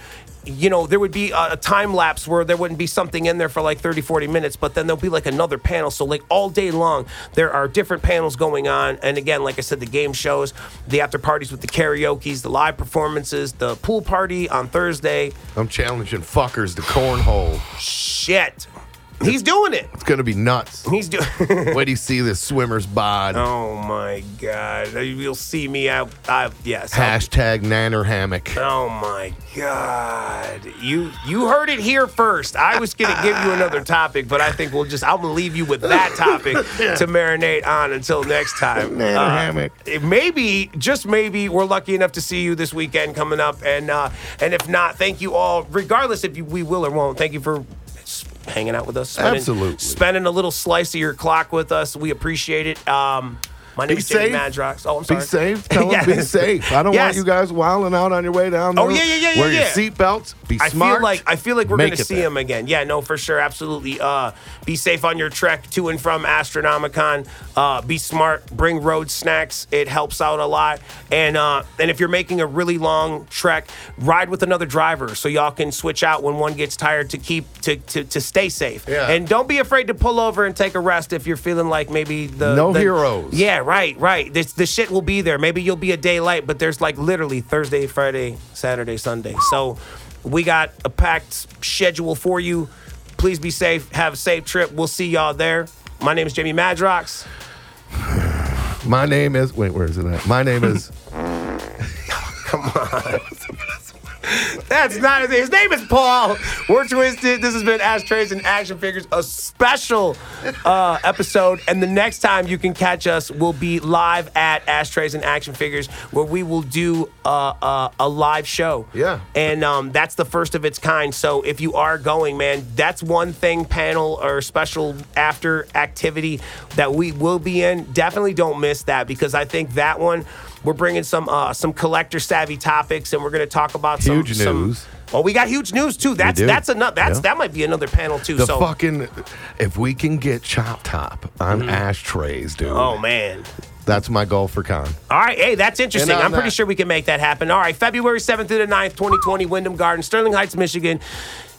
S1: You know, there would be a, a time lapse where there wouldn't be something in there for like 30, 40 minutes, but then there'll be like another panel. So, like, all day long, there are different panels going on. And again, like I said, the game shows, the after parties with the karaoke's, the live performances, the pool party on Thursday.
S2: I'm challenging fuckers to cornhole.
S1: Shit. He's doing it.
S2: It's gonna be nuts.
S1: He's doing
S2: Wait do you see this swimmer's bod?
S1: Oh my god! You'll see me out. I, yes. I'll-
S2: Hashtag nanner hammock.
S1: Oh my god! You you heard it here first. I was gonna give you another topic, but I think we'll just I'm gonna leave you with that topic to marinate on until next time.
S2: Nanner
S1: Uh,
S2: hammock.
S1: it- maybe just maybe we're lucky enough to see you this weekend coming up, and uh, and if not, thank you all. Regardless if you, we will or won't, thank you for s- hanging out with us. spending-
S2: Absolutely.
S1: spending a little slice of your clock with us. We appreciate it. Um, my name is Jamie
S2: safe.
S1: Madrox. Oh, I'm sorry.
S2: Be safe. Tell them be
S1: Yes.
S2: safe. I don't
S1: Yes.
S2: want you guys wilding out on your way down there.
S1: Oh, yeah, yeah, yeah,
S2: Wear
S1: yeah,
S2: your
S1: yeah.
S2: seatbelts. Be
S1: I
S2: smart.
S1: feel like I feel like we're
S2: Make
S1: gonna
S2: it
S1: see
S2: there.
S1: him again. Yeah, no, for sure, absolutely. Uh, be safe on your trek to and from Astronomicon. Uh, be smart. Bring road snacks. It helps out a lot. And uh, and if you're making a really long trek, ride with another driver so y'all can switch out when one gets tired to keep to to, to stay safe.
S2: Yeah.
S1: And don't be afraid to pull over and take a rest if you're feeling like maybe the
S2: No
S1: the-
S2: heroes.
S1: Yeah, right, right. This the shit will be there. Maybe you'll be a day late, but there's like literally Thursday, Friday, Saturday, Sunday. So we got a packed schedule for you. Please be safe. Have a safe trip. We'll see y'all there. My name is Jamie Madrox.
S2: My name is. Wait, where is it at? My name is.
S1: That's not his name. His name is Paul. We're twisted. This has been Ashtrays and Action Figures, a special uh, episode. And the next time you can catch us will be live at Ashtrays and Action Figures, where we will do uh, uh, a live show.
S2: Yeah.
S1: And um, that's the first of its kind. So if you are going, man, that's one thing panel or special after activity that we will be in. Definitely don't miss that because I think that one. We're bringing some uh, some collector savvy topics, and we're going to talk about some-
S2: Huge
S1: some,
S2: news.
S1: well, we got huge news too. That's
S2: do.
S1: that's another. That's
S2: Yeah.
S1: that might be another panel too.
S2: The
S1: so,
S2: fucking. If we can get Chop Top on ashtrays, dude.
S1: Mm-hmm. oh man.
S2: That's my goal for con.
S1: All right, hey, that's interesting.
S2: And on
S1: I'm pretty
S2: that-
S1: sure we can make that happen. All right, February 7th through the 9th, 2020, Wyndham Garden, Sterling Heights, Michigan.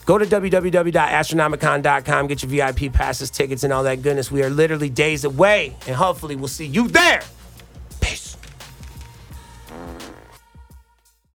S1: Go to www.astronomicon.com, get your VIP passes, tickets, and all that goodness. We are literally days away, and hopefully, we'll see you there.